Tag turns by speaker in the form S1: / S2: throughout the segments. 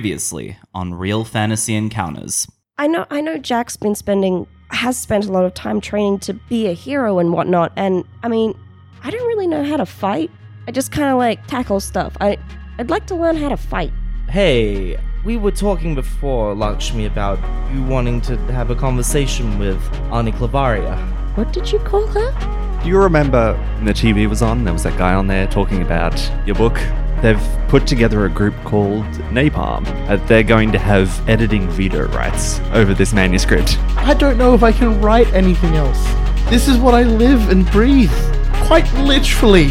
S1: Previously on Real Fantasy Encounters.
S2: I know I know Jack's been spending has spent a lot of time training to be a hero and whatnot, and I mean, I don't really know how to fight. I just kinda like tackle stuff. I I'd like to learn how to fight.
S3: Hey, we were talking before, Lakshmi, about you wanting to have a conversation with Ani Clavaria.
S2: What did you call her?
S4: Do you remember when the TV was on? There was that guy on there talking about your book. They've put together a group called Napalm. Uh, they're going to have editing veto rights over this manuscript.
S5: I don't know if I can write anything else. This is what I live and breathe. Quite literally.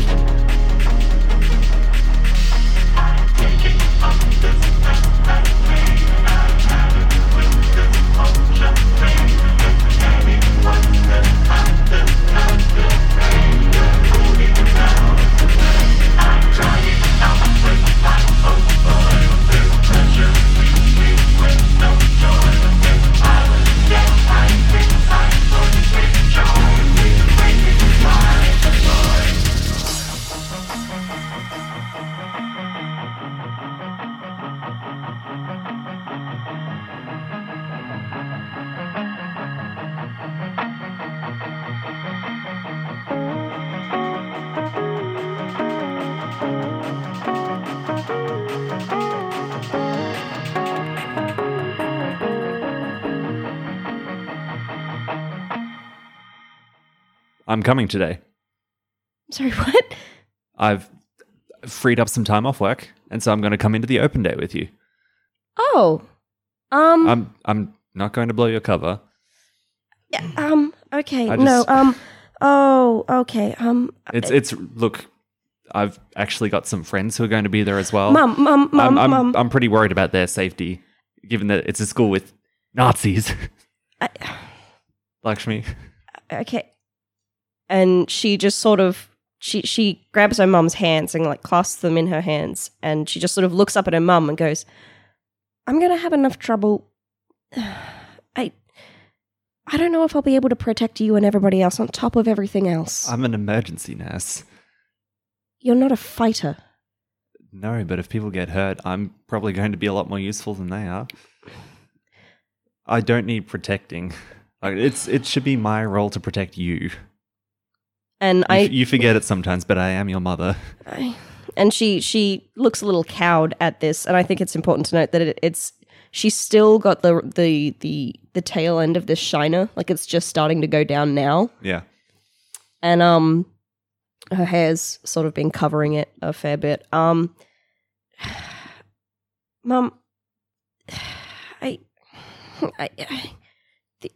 S4: I'm coming today.
S2: Sorry, what?
S4: I've freed up some time off work, and so I'm going to come into the open day with you.
S2: Oh. Um
S4: I'm I'm not going to blow your cover.
S2: yeah, um okay.
S4: I
S2: no,
S4: just-
S2: um oh, okay. Um
S4: It's it's look. I've actually got some friends who are going to be there as well.
S2: Mum, mum,
S4: Oh, I'm,
S2: mum,
S4: I'm,
S2: mum.
S4: I'm pretty worried about their safety, given that it's a school with Nazis.
S2: I-
S4: Lakshmi,
S2: okay and she just sort of she she grabs her mum's hands and like clasps them in her hands and she just sort of looks up at her mum and goes i'm gonna have enough trouble i i don't know if i'll be able to protect you and everybody else on top of everything else
S4: I'm an emergency nurse.
S2: you're not a fighter
S4: No, but if people get hurt, I'm probably going to be a lot more useful than they are. I don't need protecting. Uh, It's it should be my role to protect you. You,
S2: and
S4: f-
S2: i
S4: you forget it sometimes, but I am your mother.
S2: I- and she she looks a little cowed at this, and I think it's important to note that it, it's she's still got the the the the tail end of this shiner, like it's just starting to go down now,
S4: Yeah.
S2: and um, her hair's sort of been covering it a fair bit. Um, mum, I, I, I the,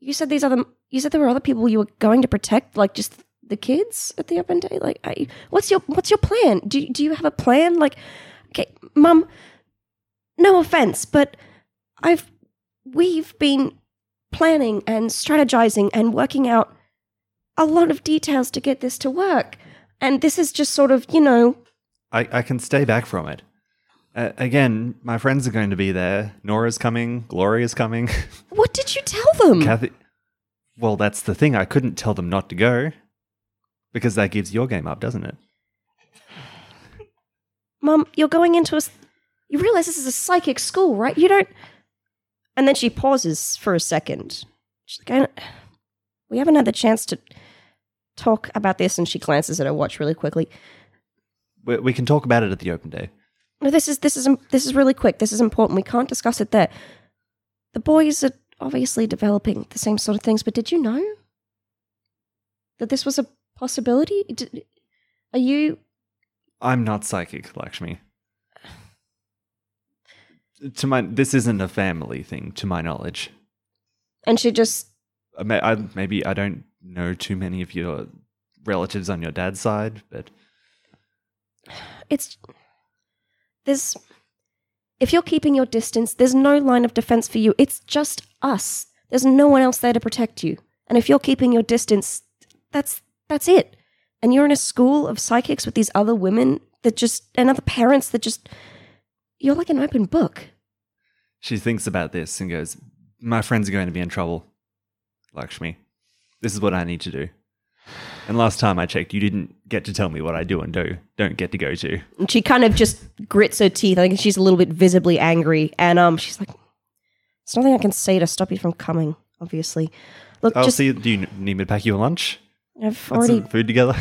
S2: you said these other you said there were other people you were going to protect, like just the kids at the open day. Like, I, what's your what's your plan? Do do you have a plan? Like, okay, mum, no offense, but I've we've been planning and strategizing and working out a lot of details to get this to work. And this is just sort of, you know,
S4: I, I can stay back from it. Uh, again, my friends are going to be there. Nora's coming. Gloria's coming.
S2: what did you tell them?
S4: Kathy. Well, that's the thing. I couldn't tell them not to go because that gives your game up, doesn't it?
S2: Mum, you're going into a. s- You realize this is a psychic school, right? You don't. And then she pauses for a second. She's like, I don't- we haven't had the chance to talk about this. And she glances at her watch really quickly.
S4: We, we can talk about it at the open day.
S2: No, this is this is im- this is really quick. This is important. We can't discuss it there. The boys are obviously developing the same sort of things, but did you know that this was a possibility? Did, are you
S4: I'm not psychic, Lakshmi. To my, this isn't a family thing, to my knowledge.
S2: and she just
S4: I may- I, maybe I don't know too many of your relatives on your dad's side, but
S2: it's there's if you're keeping your distance, there's no line of defense for you. It's just us. There's no one else there to protect you. And if you're keeping your distance, that's that's it. And you're in a school of psychics with these other women that just and other parents that just you're like an open book.
S4: she thinks about this and goes, "My friends are going to be in trouble, Lakshmi. This is what I need to do." And last time I checked, you didn't get to tell me what I do and do don't get to go to.
S2: And she kind of just grits her teeth. I think she's a little bit visibly angry, and um, she's like, "There's nothing I can say to stop you from coming." Obviously, look,
S4: I'll
S2: just
S4: Oh, see. Do you need me to pack you a lunch?
S2: I've
S4: Put
S2: already
S4: some food together.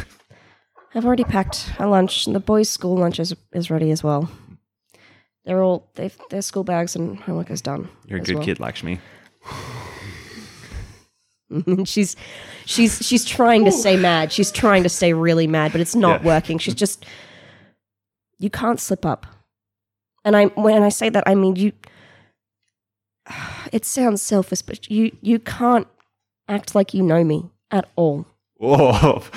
S2: I've already packed a lunch, and the boys' school lunch is is ready as well. They're all they've their school bags and homework is done.
S4: You're a
S2: as
S4: good
S2: well.
S4: kid, Lakshmi.
S2: And she's she's she's trying to stay mad. She's trying to stay really mad, but it's not
S4: Yeah.
S2: working. She's just you can't slip up. And I when I say that I mean you it sounds selfish, but you you can't act like you know me at all.
S4: Whoa!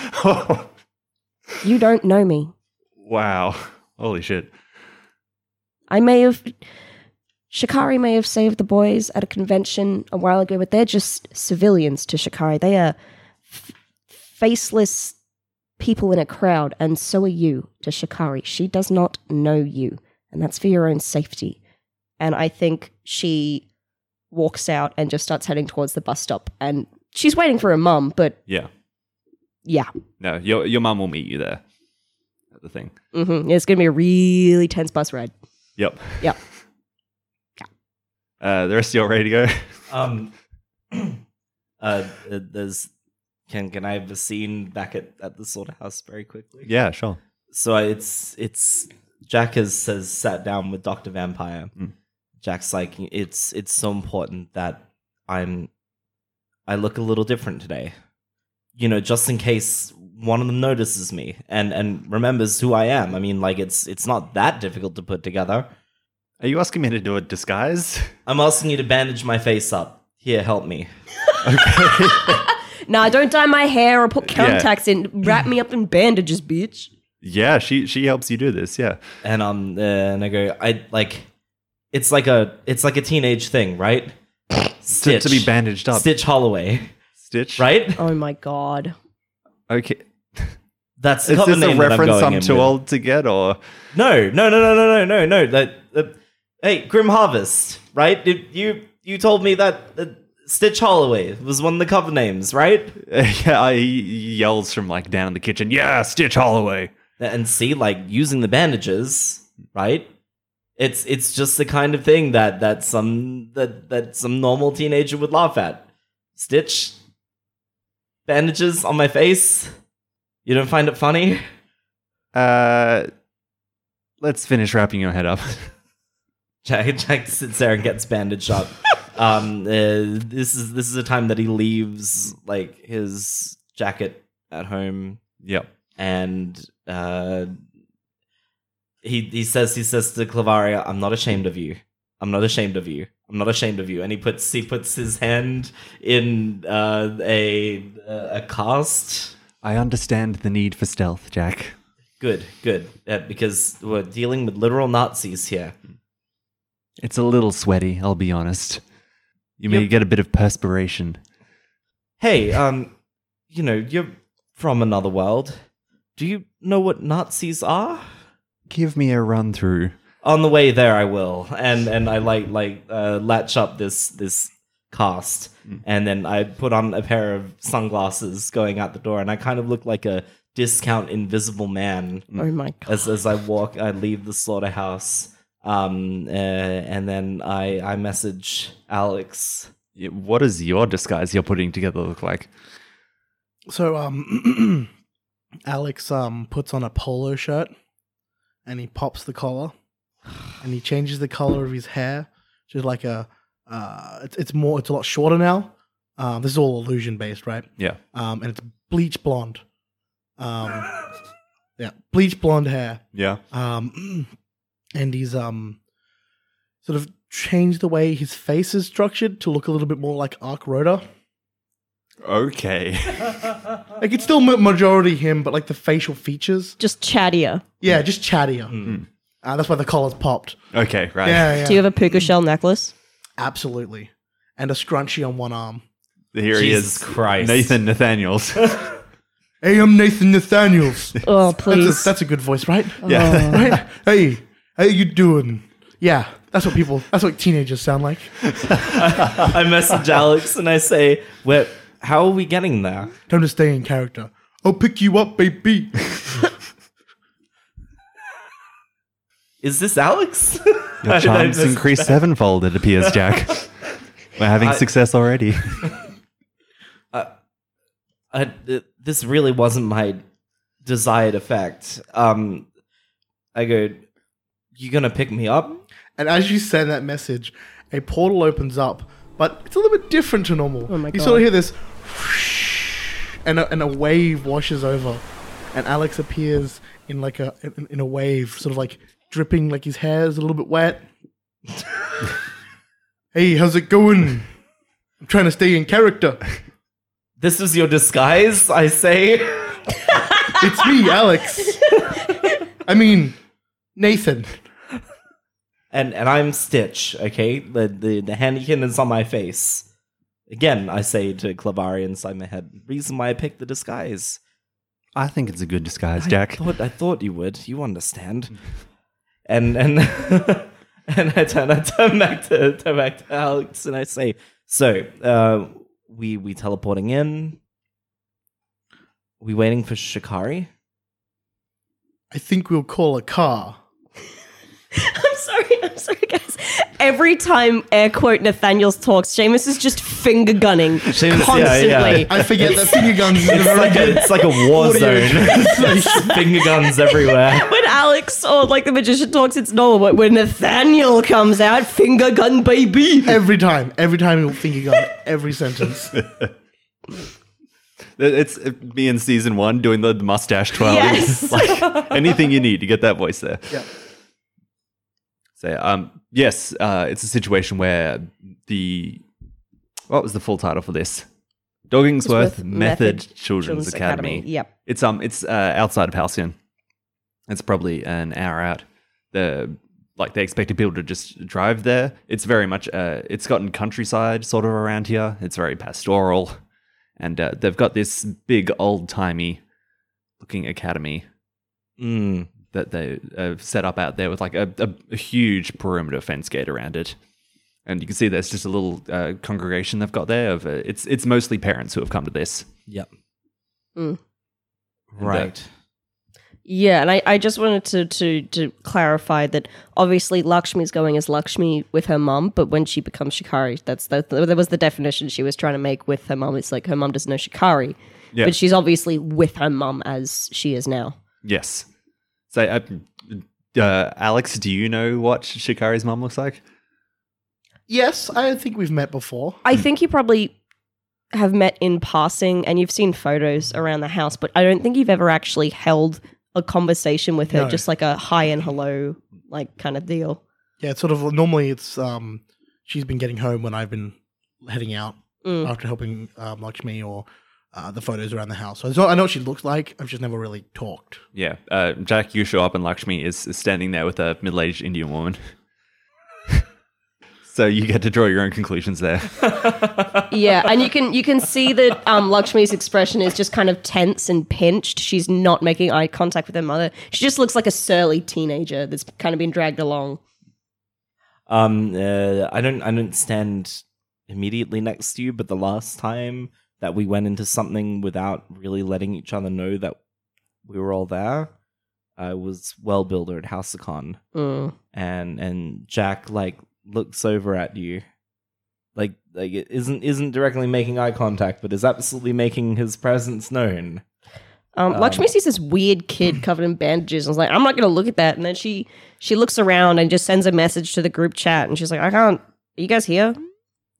S2: You don't know me.
S4: wow! Holy shit!
S2: I may have Shikari may have saved the boys at a convention a while ago, but they're just civilians to Shikari. They are f- faceless people in a crowd, and so are you to Shikari. She does not know you, and that's for your own safety. And I think she walks out and just starts heading towards the bus stop, and she's waiting for her mum, but
S4: Yeah.
S2: yeah.
S4: No, your your mum will meet you there. At the thing.
S2: hmm It's going to be a really tense bus ride.
S4: Yep.
S2: Yep.
S4: Uh, the rest of you all ready to go?
S3: Um, uh, uh, there's can can I have a scene back at at the slaughterhouse very quickly?
S4: yeah, sure.
S3: So it's it's Jack has has sat down with Doctor Vampire.
S4: Mm.
S3: Jack's like, it's it's so important that I'm I look a little different today. You know, just in case one of them notices me and and remembers who I am. I mean, like it's it's not that difficult to put together.
S4: Are you asking me to do a disguise?
S3: I'm asking you to bandage my face up. Here, help me.
S2: Nah, don't dye my hair or put contacts in. Wrap me up in bandages, bitch.
S4: Yeah, she she helps you do this. Yeah.
S3: and um uh, and I go I like it's like a it's like a teenage thing, right?
S4: To,
S3: Stitch
S4: to be bandaged up.
S3: Stitch Holloway,
S4: Stitch.
S3: right?
S2: Oh my god.
S4: Okay.
S3: That's the
S4: Is
S3: cover
S4: this a
S3: name that I'm
S4: reference
S3: going
S4: I'm
S3: in
S4: too
S3: with.
S4: old to get, or
S3: No, no, no, no, no, no, no, no. That, that hey, Grim Harvest, right? Did you you told me that uh, Stitch Holloway was one of the cover names, right?
S4: yeah, I, he yells from like down in the kitchen. Yeah, Stitch Holloway.
S3: and see like using the bandages right it's it's just the kind of thing that that some that that some normal teenager would laugh at stitch bandages on my face you don't find it funny
S4: Uh, let's finish wrapping your head up.
S3: jack jack sits there and gets bandaged up um uh, this is this is a time that he leaves like his jacket at home
S4: yep.
S3: and uh, he he says he says to Clavaria, "I'm not ashamed of you. I'm not ashamed of you. I'm not ashamed of you." And he puts he puts his hand in uh, a a cast.
S4: I understand the need for stealth, Jack.
S3: Good, good, uh, because we're dealing with literal Nazis here.
S4: It's a little sweaty, I'll be honest. You may get a bit of perspiration.
S3: Hey, um, you know you're from another world. Do you know what Nazis are?
S4: Give me a run through.
S3: on the way there i will and and i like like uh, latch up this this cast and then i put on a pair of sunglasses going out the door and i kind of look like a discount invisible man
S5: Mm.
S2: Oh my god.
S3: as as i walk i leave the slaughterhouse um uh, and then i i message alex
S4: Y- What does your disguise you're putting together look like?
S5: So um Alex um puts on a polo shirt and he pops the collar and he changes the color of his hair to like a uh it's, it's more it's a lot shorter now. Um this is all illusion based, right?
S4: Yeah.
S5: Um and it's bleach blonde. Um yeah, bleach blonde hair.
S4: Yeah.
S5: Um, and he's um sort of changed the way his face is structured to look a little bit more like Ark Roda.
S4: Okay.
S5: Like it's still ma- majority him, but like the facial features,
S2: Just chattier.
S5: yeah, just chattier. Uh, that's why the collar's popped.
S4: okay, Hmm. right.
S5: Yeah, yeah,
S2: Do you have a puka shell necklace?
S5: absolutely. And a scrunchie on one arm.
S4: Here
S3: Jesus
S4: he is.
S3: Christ.
S4: Nathan Nathaniels.
S5: Hey, I'm Nathan Nathaniels.
S2: Oh
S5: that's, a,
S2: please. Oh.
S5: that's a good voice, right?
S4: yeah.
S5: right? Hey, how you doing? Yeah, that's what people. That's what teenagers sound like.
S3: i message alex and i say where how are we getting there
S5: Time to stay in character. I'll pick you up, baby.
S3: Is this Alex?
S4: Your charms increase sevenfold, it appears, Jack. We're having
S3: I-
S4: success already.
S3: I, th- this really wasn't my desired effect. Um, I go, you gonna pick me up?
S5: And as you send that message, a portal opens up, but it's a little bit different to normal.
S2: Oh my
S5: you
S2: God.
S5: sort of hear this, and a, and a wave washes over, and Alex appears in like a in, in a wave, sort of like dripping, like his hair is a little bit wet. hey, how's it going? I'm trying to stay in character.
S3: This is your disguise, I say.
S5: It's me, Alex. I mean, Nathan.
S3: And and I'm Stitch, okay? The the, the handykin is on my face. Again, I say to Clavari inside my head, reason why I picked the disguise.
S4: I think it's a good disguise,
S3: I
S4: Jack.
S3: thought, I thought you would. You understand. and and and I turn I turn back to turn back to Alex and I say, so uh, we we teleporting in. We waiting for Shikari.
S5: I think we'll call a car.
S2: I'm sorry, I'm sorry, guys. Every time air quote Nathaniel's talks, Seamus is just finger gunning constantly.
S3: yeah, yeah.
S5: I forget that finger guns is a
S3: It's
S5: very
S3: like a,
S5: good
S3: it's like a war
S5: audio
S3: zone.
S5: translation.
S3: Finger guns everywhere.
S2: When Alex or like the magician talks, it's normal. But when Nathaniel comes out, finger gun baby.
S5: Every time, every time you'll think you got every sentence.
S4: It's uh, me in season one doing the the mustache twirling.
S2: Yes.
S4: like anything you need to get that voice there.
S5: Yeah.
S4: So, um, yes, uh, it's a situation where the what was the full title for this? Doggingsworth
S2: Doggingsworth
S4: Method,
S2: Method
S4: Children's, Academy.
S2: Yep.
S4: It's um, it's uh, outside of Halcyon. It's probably an hour out. The like they expected people to just drive there. It's very much uh, it's gotten countryside sort of around here. It's very pastoral, and uh, they've got this big old timey looking academy
S3: Mm.
S4: that they uh, set up out there with like a, a, a huge perimeter fence gate around it. And you can see there's just a little uh, congregation they've got there. Of uh, it's it's mostly parents who have come to this.
S3: Yep. uh,
S2: Mm.
S3: Right.
S2: Yeah, and I, I just wanted to, to to clarify that obviously Lakshmi's going as Lakshmi with her mum, but when she becomes Shikari, that's that, that was the definition she was trying to make with her mum. It's like her mum doesn't know Shikari,
S4: Yeah.
S2: but she's obviously with her mum as she is now.
S4: Yes. So, uh, uh, Alex, do you know what Shikari's mum looks like?
S5: yes, I think we've met before.
S2: I think you probably have met in passing and you've seen photos around the house, but I don't think you've ever actually held a conversation with her,
S5: No.
S2: just like a hi and hello, like kind of deal.
S5: Yeah, it's sort of normally it's um she's been getting home when I've been heading out
S2: Mm.
S5: after helping um, Lakshmi or uh, the photos around the house. So it's not, I know what she looks like. I've just never really talked.
S4: Yeah. Uh, Jack, you show up, and Lakshmi is, is standing there with a middle aged Indian woman. so, you get to draw your own conclusions there.
S2: yeah, and you can you can see that um, Lakshmi's expression is just kind of tense and pinched. She's not making eye contact with her mother. She just looks like a surly teenager that's kind of been dragged along.
S3: Um, uh, I don't, I don't stand immediately next to you, but the last time that we went into something without really letting each other know that we were all there, I was well builder at House of Con,
S2: Mm.
S3: and and Jack like looks over at you, like like it isn't isn't directly making eye contact, but is absolutely making his presence known.
S2: Um,
S3: Um,
S2: Lakshmi sees this weird kid covered in bandages and is like, "I'm not going to look at that." And then she she looks around and just sends a message to the group chat, and she's like, "I can't. Are you guys here?"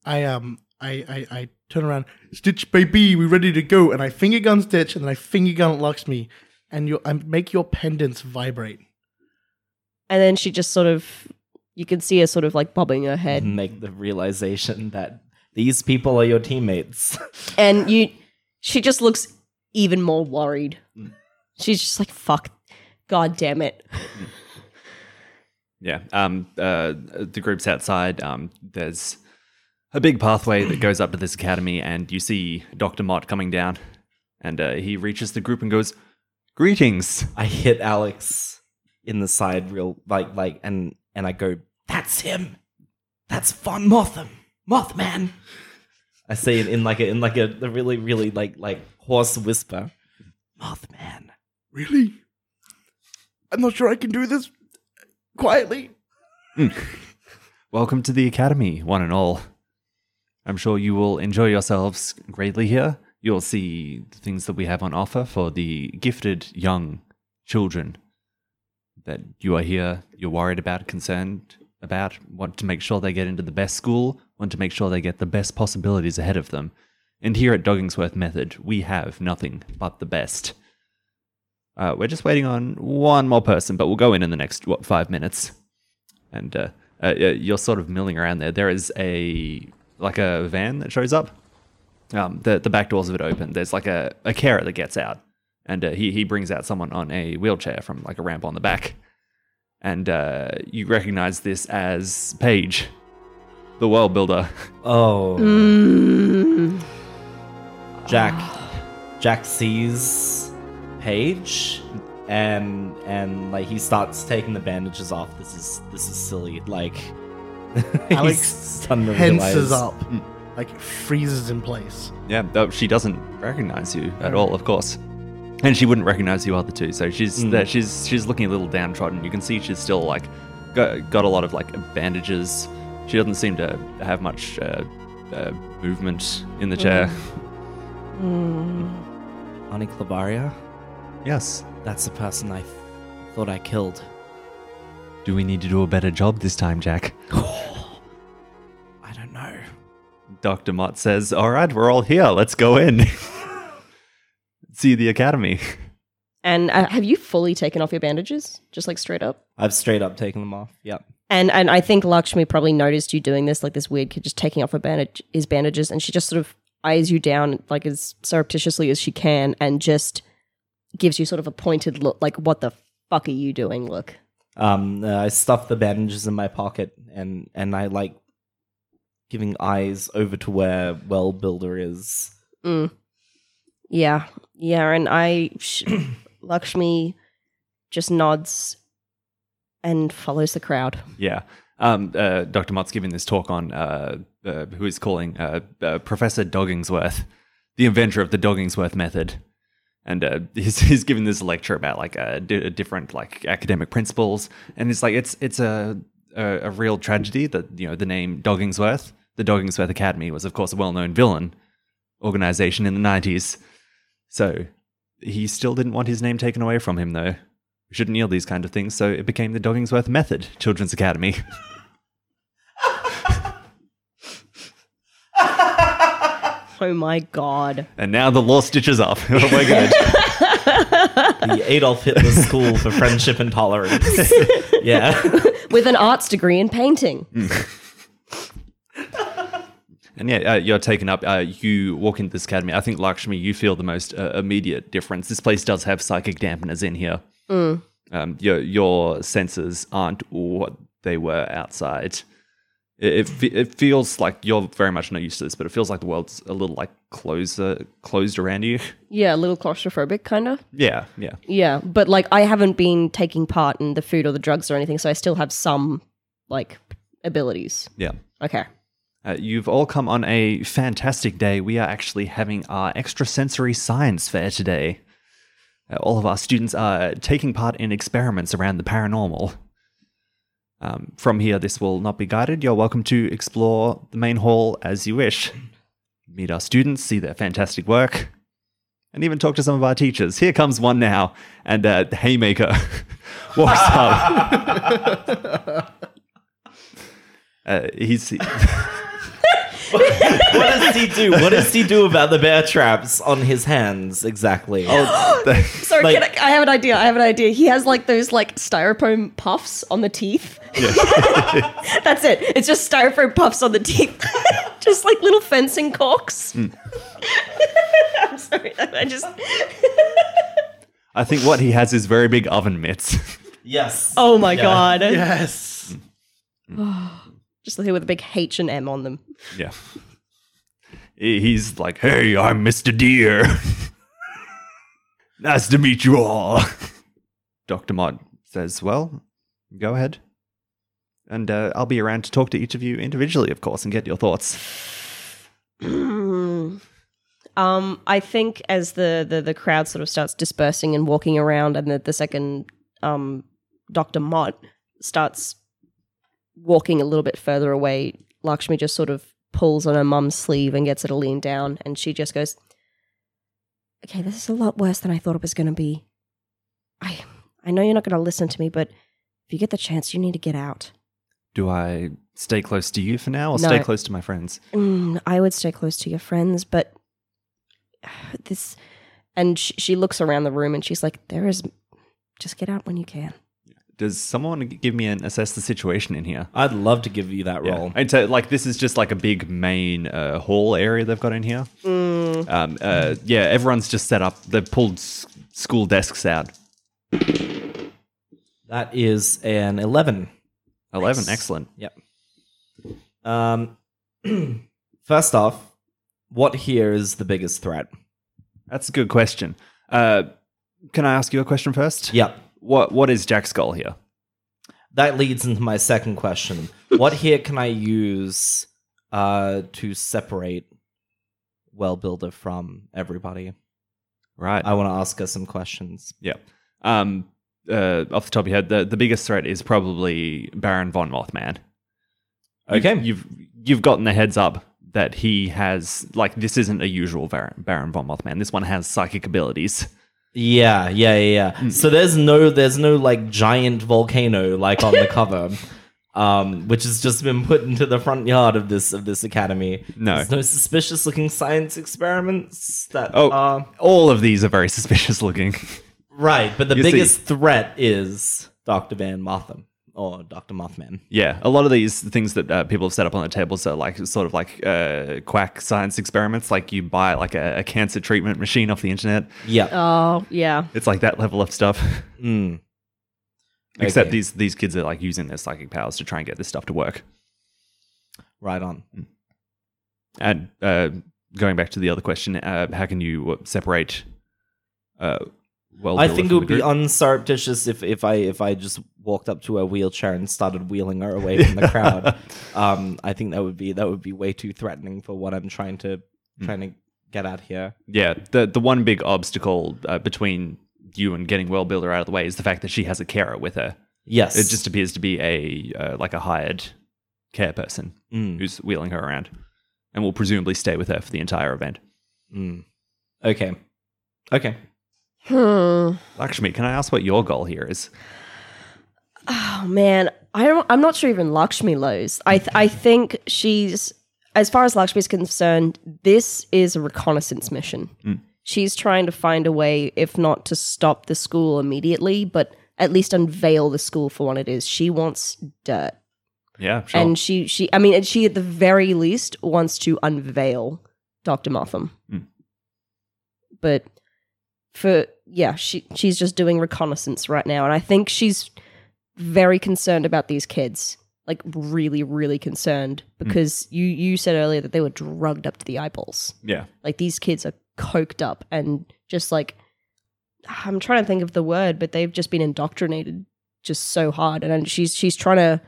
S5: I um I I, I turn around, Stitch baby, we ready to go, and I finger gun Stitch, and then I finger gun Lakshmi, and you I make your pendants vibrate.
S2: And then she just sort of you can see her sort of like bobbing her head,
S3: Make the realization that these people are your teammates.
S2: and you she just looks even more worried. She's just like, "Fuck, god damn it."
S4: Yeah. Um, uh, the group's outside. Um, there's a big pathway that goes up to this academy, and you see Dr. Mott coming down, and uh, he reaches the group and goes, Greetings.
S3: I hit Alex in the side real like like and and I go, That's him. That's Von Motham. Mothman. I say it in like a in like a, a really, really like like hoarse whisper. Mothman.
S5: Really? I'm not sure I can do this quietly.
S4: Welcome to the Academy, one and all. I'm sure you will enjoy yourselves greatly here. You'll see the things that we have on offer for the gifted young children that you are here, you're worried about, concerned about, want to make sure they get into the best school, want to make sure they get the best possibilities ahead of them. And here at Doggingsworth Method, we have nothing but the best. Uh, we're just waiting on one more person, but we'll go in in the next, what, five minutes and uh, uh, uh, you're sort of milling around there. There is a like a van that shows up. Um, the the back doors of it open. There's like a, a carer that gets out, and uh, he he brings out someone on a wheelchair from like a ramp on the back, and uh, you recognize this as Paige, the world builder.
S3: Oh.
S2: Mm.
S3: Jack Jack sees Paige and and like he starts taking the bandages off. This is this is silly. Like
S5: Alex
S3: he's stunned to
S5: Tenses
S3: realize-
S5: up, like freezes in place.
S4: Yeah, though she doesn't recognize you at all, of course, and she wouldn't recognize you either too. So she's
S3: Mm.
S4: there, she's she's looking a little downtrodden. You can see she's still like got, got a lot of like bandages. She doesn't seem to have much uh, uh, movement in the chair.
S2: Mm.
S3: Ani Clavaria?
S4: Yes.
S3: That's the person I thought I killed.
S4: Do we need to do a better job this time, Jack?
S3: I don't know.
S4: Doctor Mott says, "All right, we're all here. Let's go in. See the academy."
S2: And uh, have you fully taken off your bandages, just like straight up?
S3: I've straight up taken them off. Yep.
S2: And and I think Lakshmi probably noticed you doing this, like this weird kid just taking off her bandage, his bandages, and she just sort of eyes you down like as surreptitiously as she can, and just gives you sort of a pointed look, like "What the fuck are you doing?" Look.
S3: Um, uh, I stuff the bandages in my pocket and and I like giving eyes over to where Well Builder is.
S2: Mm. Yeah, yeah, and I sh- Lakshmi just nods and follows the crowd.
S4: Yeah. Um, uh, Dr. Mott's giving this talk on uh, uh, who is calling uh, uh, Professor Doggingsworth, the inventor of the Doggingsworth method. And uh, he's, he's giving this lecture about like uh, di- different like academic principles, and it's like it's it's a, a a real tragedy that you know the name Doggingsworth, the Doggingsworth Academy was of course a well-known villain organization in the '90s. So he still didn't want his name taken away from him, though. We shouldn't yield these kind of things, so it became the Doggingsworth Method Children's Academy.
S2: Oh my god!
S4: And now the law stitches Oh up. We're good.
S3: The Adolf Hitler School for Friendship and Tolerance. yeah.
S2: With an arts degree in painting.
S4: and yeah, uh, you're taken up. Uh, you walk into this academy. I think, Lakshmi, you feel the most uh, immediate difference. This place does have psychic dampeners in here. Um, your, your senses aren't what they were outside. It, it, fe- it feels like you're very much not used to this, but it feels like the world's a little like closer, closed around you.
S2: Yeah, a little claustrophobic, kind of.
S4: Yeah, yeah.
S2: Yeah, but like I haven't been taking part in the food or the drugs or anything, so I still have some like abilities.
S4: Yeah.
S2: Okay.
S4: Uh, you've all come on a fantastic day. We are actually having our extrasensory science fair today. Uh, all of our students are taking part in experiments around the paranormal. Um, from here, this will not be guided. You're welcome to explore the main hall as you wish. Meet our students, see their fantastic work, and even talk to some of our teachers. Here comes one now, and uh, Haymaker walks up. Uh, he's.
S3: What does he do? What does he do about the bear traps on his hands exactly? Oh,
S2: Sorry,
S3: Like-
S2: can I, I have an idea. I have an idea. He has like those like styrofoam puffs on the teeth. That's it. It's just styrofoam puffs on the teeth, just like little fencing corks.
S3: Mm.
S2: I'm sorry. I just.
S4: I think what he has is very big oven mitts.
S3: yes.
S2: Oh my
S3: Yeah.
S2: god.
S5: Yes.
S2: Just here with a big H and M on them.
S4: yeah. He's like, hey, I'm Mr. Deer. nice to meet you all. Dr. Mott says, well, go ahead. And uh, I'll be around to talk to each of you individually, of course, and get your thoughts.
S2: Mm. Um, I think as the, the, the crowd sort of starts dispersing and walking around, and the, the second um, Dr. Mott starts walking a little bit further away, Lakshmi just sort of pulls on her mum's sleeve and gets her to lean down, and she just goes,
S6: Okay, this is a lot worse than I thought it was going to be. I I know you're not going to listen to me, but if you get the chance, you need to get out.
S4: Do I stay close to you for now or stay
S6: No.
S4: close to my friends?
S6: Mm, I would stay close to your friends, but this
S2: and she, she looks around the room and she's like, There is,
S6: just get out when you can.
S4: Does someone give me an assess the situation in here?
S3: I'd love to give you that
S4: Yeah.
S3: role.
S4: And so, like, this is just like a big main uh, hall area they've got in here.
S2: Mm,
S4: Um, uh, yeah, everyone's just set up. They've pulled s- school desks out.
S3: That is an eleven.
S4: 11, excellent.
S3: Um, first off, what here is the biggest threat?
S4: That's a good question. Uh, can I ask you a question first?
S3: Yep.
S4: What What is Jack's goal here?
S3: That leads into my second question. what here can I use uh, to separate Well Builder from everybody?
S4: Right.
S3: I want to ask her some questions.
S4: Uh, Um, uh, off the top of your head, the, the biggest threat is probably Baron von Mothman. You've-
S3: Okay.
S4: You've you've gotten the heads up that he has like this isn't a usual Baron, Baron von Mothman. This one has psychic abilities.
S3: Yeah, yeah, yeah.
S4: Mm.
S3: yeah. So there's no there's no like giant volcano like on the cover. Um, which has just been put into the front yard of this of this academy.
S4: No.
S3: There's no suspicious looking science experiments that
S4: Oh.
S3: are
S4: All of these are very suspicious looking.
S3: right, but the
S4: You see-
S3: biggest threat is Dr. Van Motham or Dr. Mothman.
S4: yeah, a lot of these things that uh, people have set up on the tables are like sort of like uh, quack science experiments. Like you buy like a, a cancer treatment machine off the internet.
S3: Yeah.
S2: oh, yeah.
S4: It's like that level of stuff.
S3: Mm.
S4: Except
S3: Okay.
S4: these these kids are like using their psychic powers to try and get this stuff to work.
S3: Right on.
S4: And uh, going back to the other question, uh, how can you uh, separate? Uh, well,
S3: I
S4: Builder
S3: think it
S4: from
S3: would
S4: the
S3: be
S4: group?
S3: unsurreptitious if, if I if I just walked up to her wheelchair and started wheeling her away from the crowd. Um, I think that would be that would be way too threatening for what I'm trying to trying to get at here.
S4: yeah. The the one big obstacle uh, between you and getting World Builder out of the way is the fact that she has a carer with her.
S3: Yes,
S4: It just appears to be a uh, like a hired care person
S3: Mm,
S4: who's wheeling her around, and will presumably stay with her for the entire event.
S3: mm. okay, okay.
S2: Hmm.
S4: Lakshmi, can I ask what your goal here is?
S2: Oh man, I don't. I'm not sure even Lakshmi knows. I th- I think she's as far as Lakshmi is concerned. This is a reconnaissance mission.
S4: Mm.
S2: She's trying to find a way, if not to stop the school immediately, but at least unveil the school for what it is. She wants dirt,
S4: Yeah, sure.
S2: and she she. I mean, and she at the very least wants to unveil Doctor Motham.
S4: Mm.
S2: But for yeah, she she's just doing reconnaissance right now, and I think she's very concerned about these kids. Like really, really concerned because you you said earlier that they were drugged up to the eyeballs.
S4: yeah,
S2: Like these kids are coked up and just like I'm trying to think of the word, but they've just been indoctrinated just so hard. And, and she's she's trying to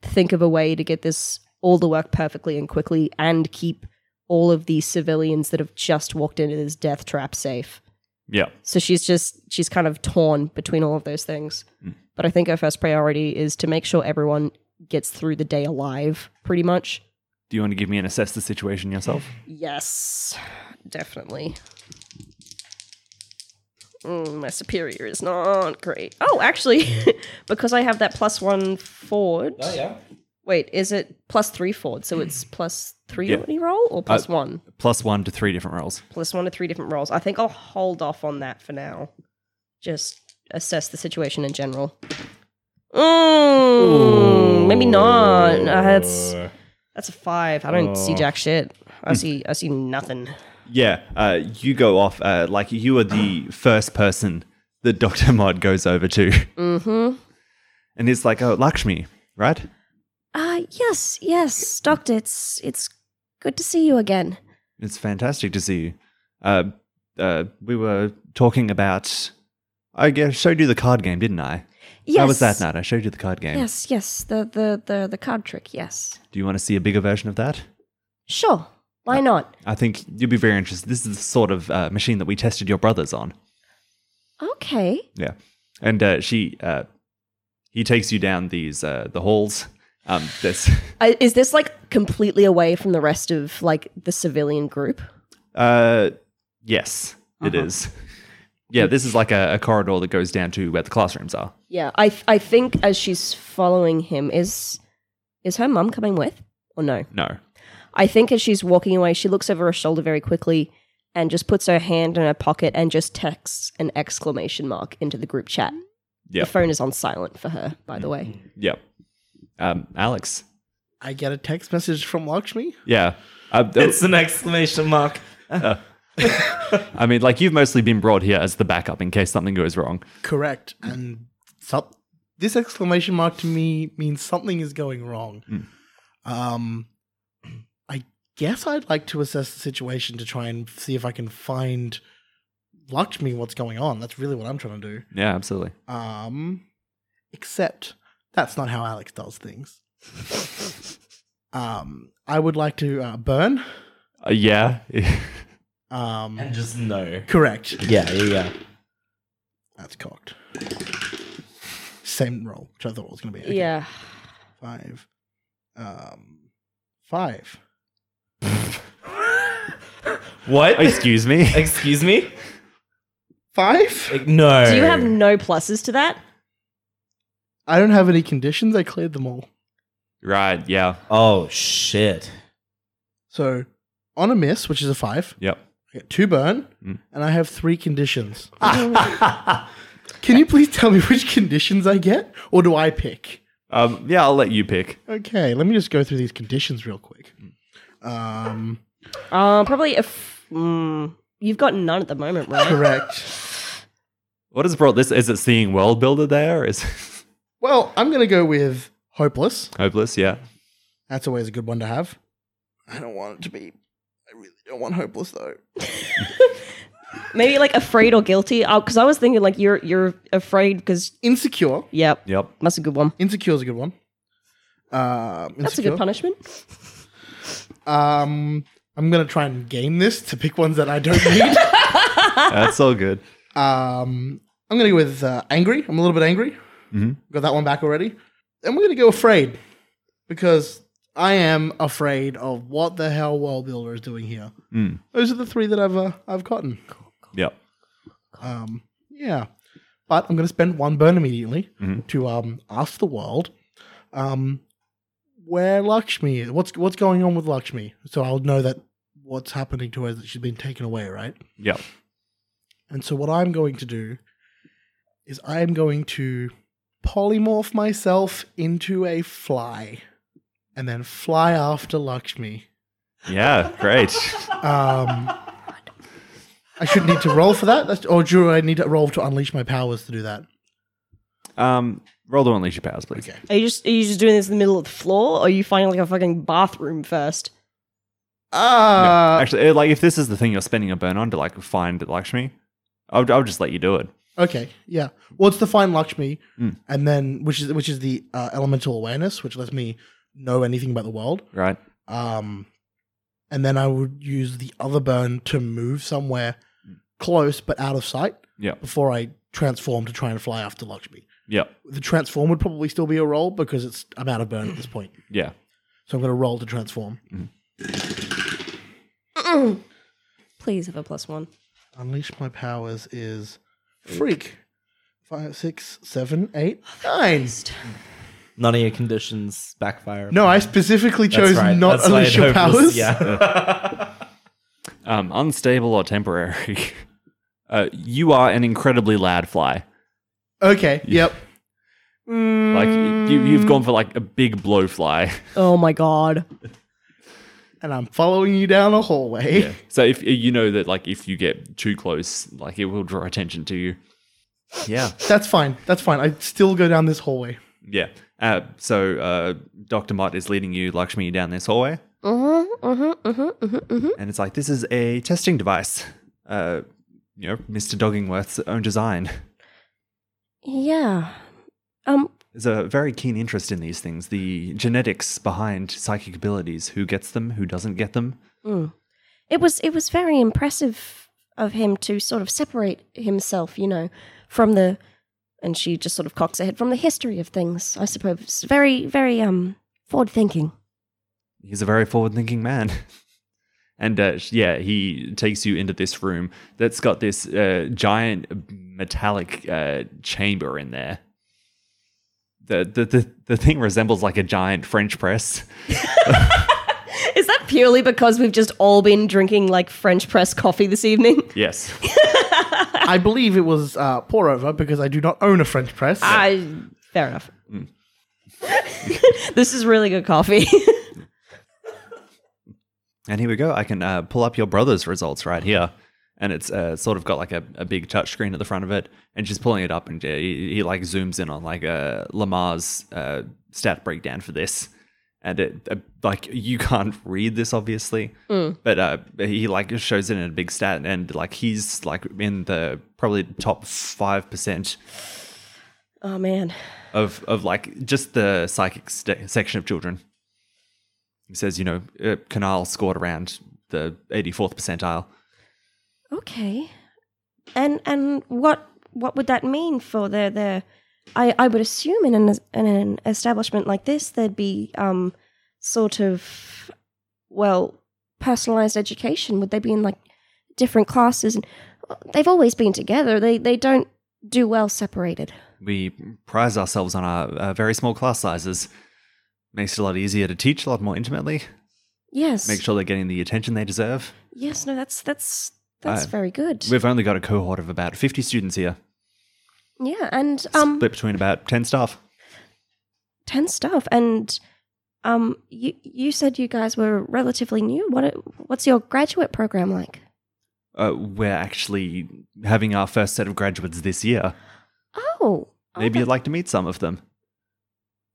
S2: think of a way to get this all to work perfectly and quickly and keep all of these civilians that have just walked into this death trap safe.
S4: yeah.
S2: So she's just she's kind of torn between all of those things.
S4: Mm.
S2: But I think her first priority is to make sure everyone gets through the day alive, pretty much.
S4: Do you want to give me an assess the situation yourself?
S2: Yes, definitely. Mm, my superior is not great. Oh, actually, because I have that plus one forward.
S3: Oh, yeah.
S2: Wait, is it plus three forward? So it's plus three
S4: Yeah.
S2: to any roll or plus one?
S4: Plus one to three different rolls.
S2: Plus one to three different rolls. I think I'll hold off on that for now. Just assess the situation in general. Mm, maybe not. Uh, That's that's a five. I don't see jack shit. I see I see nothing.
S4: Yeah, uh, you go off. Uh, like you are the first person that Doctor Mod goes over to,
S2: Mm-hmm.
S4: and he's like, "Oh, Lakshmi, right?
S6: Uh yes, yes, doctor, it's it's good to see you again.
S4: It's fantastic to see you." Uh, uh, we were talking about. I guess showed you the card game, didn't I?
S6: Yes.
S4: How was that night? I showed you the card game.
S6: Yes, yes, the the the the card trick, yes.
S4: Do you want to see a bigger version of that?
S6: Sure.
S4: Uh,
S6: Why not?
S4: I think you'd be very interested. This is the sort of uh, machine that we tested your brothers on.
S6: Okay.
S4: Yeah, and uh, she, uh, he takes you down these uh, the halls. Um, this,
S2: I, Uh, is this like completely away from the rest of like the civilian group?
S4: uh, yes, it
S1: Uh-huh.
S4: is. Yeah, this is like a, a corridor that goes down to where the classrooms are.
S2: Yeah, I I think as she's following him is is her mum coming with or no?
S4: No,
S2: I think as she's walking away, she looks over her shoulder very quickly and just puts her hand in her pocket and just texts an exclamation mark into the group chat.
S4: Yep.
S2: The phone is on silent for her, by the
S5: Mm.
S2: way.
S4: yep. Um, Alex,
S5: I get a text message from Lakshmi.
S4: yeah. Uh,
S3: It's an exclamation mark.
S4: I mean, like you've mostly been brought here as the backup in case something goes wrong.
S5: Correct. And so, this exclamation mark to me means something is going wrong. Um, I guess I'd like to assess the situation to try and see if I can find Lakshmi what's going on. That's really what I'm trying to do.
S4: Yeah, absolutely.
S5: Um, except that's not how Alex does things. um, I would like to uh, burn.
S4: Uh, yeah,
S5: Um,
S3: And just no.
S5: correct.
S3: Yeah, yeah, yeah.
S5: That's cocked. Same roll, which I thought was going to be. okay.
S2: Yeah.
S5: Five. Um, five.
S3: What?
S4: excuse me.
S3: Excuse me?
S5: Five?
S3: Like, no.
S2: Do you have no pluses to that?
S5: I don't have any conditions. I cleared them all.
S4: Right. Yeah.
S3: Oh shit.
S5: So on a miss, which is a five,
S4: Yep.
S5: I get two burn,
S4: Mm.
S5: and I have three conditions. Can you please tell me which conditions I get, or do I pick?
S4: Um, yeah, I'll let you pick.
S5: Okay, let me just go through these conditions real quick. Um,
S2: Uh, probably if mm, you've got none at the moment, right?
S5: correct.
S4: What has brought this? Is it seeing world builder there? Is
S5: Well, I'm gonna go with hopeless.
S4: hopeless? Yeah.
S5: That's always a good one to have. I don't want it to be. I really don't want hopeless though.
S2: Maybe like afraid or guilty. Because I was thinking like you're you're afraid because
S5: Insecure.
S2: yep,
S4: Yep.
S2: that's a good one.
S5: Insecure is a good one. Um,
S2: That's a
S5: Insecure.
S2: good punishment.
S5: Um, I'm gonna try and game this to pick ones that I don't need.
S4: That's all good.
S5: um, I'm gonna go with uh, angry. I'm a little bit angry.
S4: Mhm.
S5: Got that one back already. And we're gonna go afraid because I am afraid of what the hell World Builder is doing here.
S4: Mm.
S5: Those are the three that I've uh, I've gotten.
S4: Yep.
S5: Um, yeah, but I'm gonna spend one burn immediately
S4: Mhm.
S5: to um ask the world, um, where Lakshmi is. What's what's going on with Lakshmi? So I'll know that what's happening to her is that she's been taken away, right?
S4: Yep.
S5: And so what I'm going to do is I am going to polymorph myself into a fly and then fly after Lakshmi.
S4: Yeah. Great.
S5: Um I should need to roll for that, That's, or do I need to roll to unleash my powers to do that?
S4: Um, roll to unleash your powers, please.
S5: Okay.
S2: Are you just are you just doing this in the middle of the floor, or are you finding like a fucking bathroom first?
S5: Ah,
S4: Actually, eh, like if this is the thing you're spending a burn on to like find Lakshmi, I'll, I'll just let you do it.
S5: okay, yeah. Well, it's the find Lakshmi,
S4: Mm.
S5: and then which is which is the uh, elemental awareness, which lets me know anything about the world.
S4: Right.
S5: Um, and then I would use the other burn to move somewhere close but out of sight
S4: Yep.
S5: before I transform to try and fly after Lakshmi.
S4: Yep.
S5: The transform would probably still be a roll because it's I'm out of burn at this point.
S4: Yeah.
S5: So I'm going to roll to transform.
S2: Please have a plus one.
S5: Unleash my powers is freak. Five, six, seven, eight, nine.
S3: None of your conditions backfire.
S5: No, I specifically
S3: That's
S5: chose
S3: right.
S5: not
S3: That's why
S5: unleash
S3: I'd
S5: your
S3: hope this-
S5: powers.
S3: Yeah.
S4: Um, unstable or temporary. uh, you are an incredibly loud fly.
S5: Okay. Yep.
S4: Like you, you've gone for like a big blowfly.
S2: Oh my god.
S5: And I'm following you down a hallway.
S4: So if you know that, like, if you get too close, like, it will draw attention to you. Yeah,
S5: That's fine. That's fine. I still go down this hallway.
S4: yeah. Uh, so uh, Doctor Mott is leading you, Lakshmi, down this hallway,
S2: Mm-hmm,
S4: and it's like this is a testing device. Uh, you know, Mister Doggingworth's own design.
S6: Yeah. Um,
S4: There's a very keen interest in these things the genetics behind psychic abilities, who gets them, who doesn't get them.
S6: it was it was very impressive of him to sort of separate himself, you know, from the and she just sort of cocks her head from the history of things, I suppose. Very, very um forward thinking.
S4: he's a very forward thinking man. And uh, sh- yeah, he takes you into this room that's got this uh, giant metallic uh, chamber in there. The, the, the, the thing resembles like a giant French press.
S2: Is that purely because we've just all been drinking like French press coffee this evening?
S4: Yes.
S5: I believe it was uh, pour over because I do not own a French press.
S2: I fair enough.
S5: mm.
S2: this is really good coffee.
S4: And here we go. I can uh, pull up your brother's results right here. And it's uh, sort of got like a, a big touch screen at the front of it. And she's pulling it up and uh, he, he like zooms in on like uh, Lamar's uh, stat breakdown for this. And it, uh, like you can't read this obviously, but uh, he like shows it in a big stat and like he's like in the probably top five percent
S2: oh man.
S4: of of like just the psychic st- section of children. He says, you know, uh, Canal scored around the 84th percentile.
S6: Okay. And and what what would that mean for the the I, I would assume in an in an establishment like this there'd be um sort of well personalized education would they be in like different classes and uh, they've always been together they they don't do well separated
S4: We prize ourselves on our uh, very small class sizes. Makes it a lot easier to teach, a lot more intimately.
S6: yes
S4: Make sure they're getting the attention they deserve.
S6: yes no that's that's that's
S4: Uh,
S6: very good
S4: We've only got a cohort of about 50 students here,
S6: yeah and um
S4: split between about 10 staff.
S6: ten stuff and um you you said you guys were relatively new what what's your graduate program like
S4: Uh, we're actually having our first set of graduates this year.
S6: oh
S4: Maybe you'd like to meet some of them.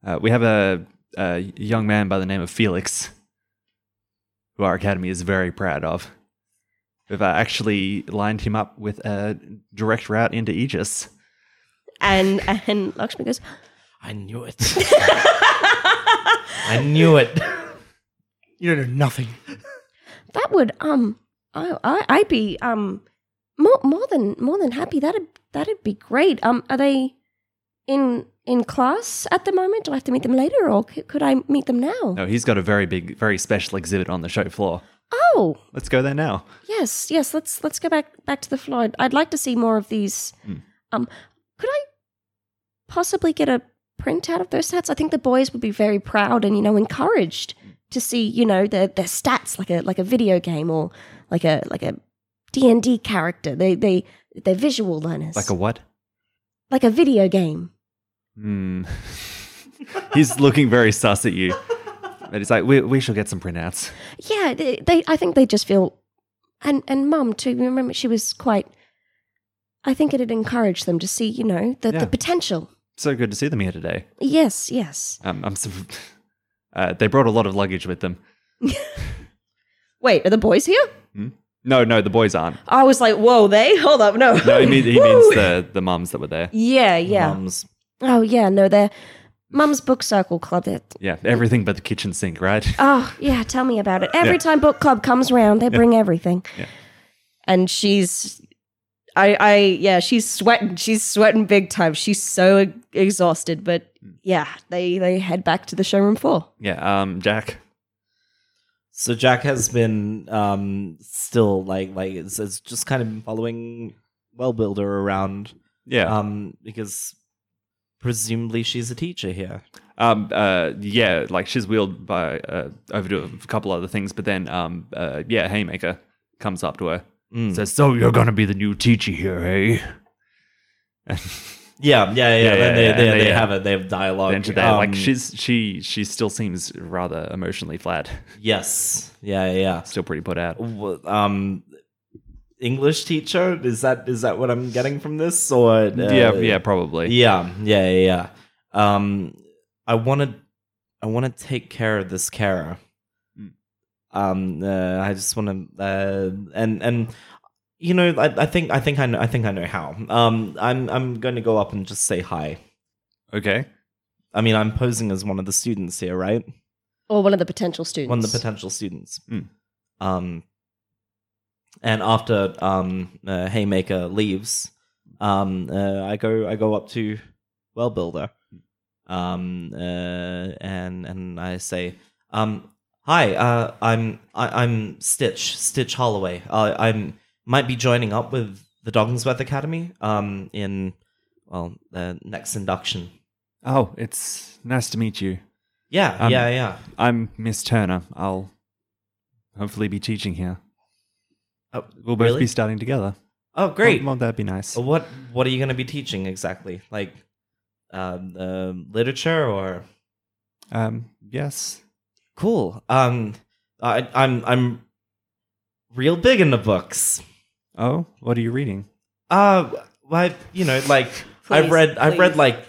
S4: Uh, we have a, a young man by the name of Felix, who our academy is very proud of. We've uh, actually lined him up with a direct route into Aegis.
S2: And and Lakshmi goes,
S3: I knew it. I knew it.
S5: you don't know nothing.
S6: that would um I, I I'd be um more more than more than happy. That'd that'd be great. Um, are they in in class at the moment? Do I have to meet them later, or c- could I meet them now?
S4: No, he's got a very big, very special exhibit on the show floor.
S6: Oh
S4: Let's go there now.
S6: yes, yes. Let's let's go back back to the floor. I'd, I'd like to see more of these.
S4: Hmm.
S6: Um, could I possibly get a printout of those stats? I think the boys would be very proud and you know encouraged
S4: Hmm.
S6: to see you know their their stats like a like a video game or like a like a D and D character. They they they're visual learners
S4: Like a what?
S6: like a video game.
S4: Hmm. he's looking very sus at you. But he's like, we, we shall get some printouts.
S6: Yeah, they, they I think they just feel and and mum too. Remember she was quite. I think it had encouraged them to see, you know, the,
S4: Yeah.
S6: the potential.
S4: So good to see them here today.
S6: Yes, yes.
S4: Um, I'm, so- uh, they brought a lot of luggage with them.
S2: "Wait, are the boys here?"
S4: No, no, the boys aren't.
S2: I was like, "Whoa, they? Hold up, no."
S4: No, he means, he means the, the mums that were there.
S2: yeah, yeah.
S3: Mums.
S6: Oh yeah, no, they're Mum's Book Circle Club. They're,
S4: Yeah, everything but the kitchen sink, right?
S6: oh yeah, tell me about it. Every
S4: Yeah.
S6: time Book Club comes round, they bring everything.
S2: and she's I I yeah, she's sweating. She's sweating big time. She's so e- exhausted, but yeah, they they head back to the showroom floor.
S4: yeah, um, Jack.
S3: So Jack has been um still like like it's, it's just kind of been following Well Builder around
S4: Yeah. Um,
S3: um because presumably she's a teacher here.
S4: uh, yeah, like she's wheeled by uh, over to a couple other things, but then, um, uh, yeah, Haymaker comes up to her.
S3: Mm.
S4: Says, so you're going to be the new teacher here, hey?
S3: Yeah, yeah, yeah.
S4: Yeah,
S3: then
S4: yeah,
S3: they,
S4: yeah,
S3: they,
S4: and
S3: they
S4: they-
S3: have a they have dialogue.
S4: Then to that, like
S3: Um,
S4: she's she she still seems rather emotionally flat,
S3: yes, yeah, yeah.
S4: still pretty put out.
S3: W- Um, English teacher is that is that what I'm getting from this or uh,
S4: yeah, yeah, probably.
S3: yeah, yeah, yeah, yeah. Um, I want to I want to take care of this Kara.
S4: Mm.
S3: Um, uh, I just want to uh, and and you know I, I think I think I know I think I know how. Um, I'm I'm going to go up and just say hi.
S4: Okay.
S3: I mean, I'm posing as one of the students here, right?
S2: Or one of the potential students.
S3: One of the potential students.
S4: Mm.
S3: Um, and after um, uh, Haymaker leaves, um, uh, I go I go up to Well Builder, um, uh, and and I say, um, "Hi, uh, I'm I, I'm Stitch Stitch Holloway. Uh, I'm might be joining up with the Dogginsworth Academy um, in well uh, next induction.
S4: Oh, it's nice to meet you.
S3: Yeah,
S4: Um,
S3: yeah, yeah.
S4: I'm Miss Turner. I'll hopefully be teaching here.
S3: Oh,
S4: We'll both
S3: really?
S4: be starting together.
S3: Oh, great. Oh.
S4: Won't, won't that be nice?
S3: So What What are you going to be teaching exactly? Like, um, uh, literature or
S4: Um, yes.
S3: cool. Um, I, I'm I'm real big into books.
S4: Oh, what are you reading?
S3: Uh, I you know like I've
S2: Please,
S3: read I've read
S2: please.
S3: like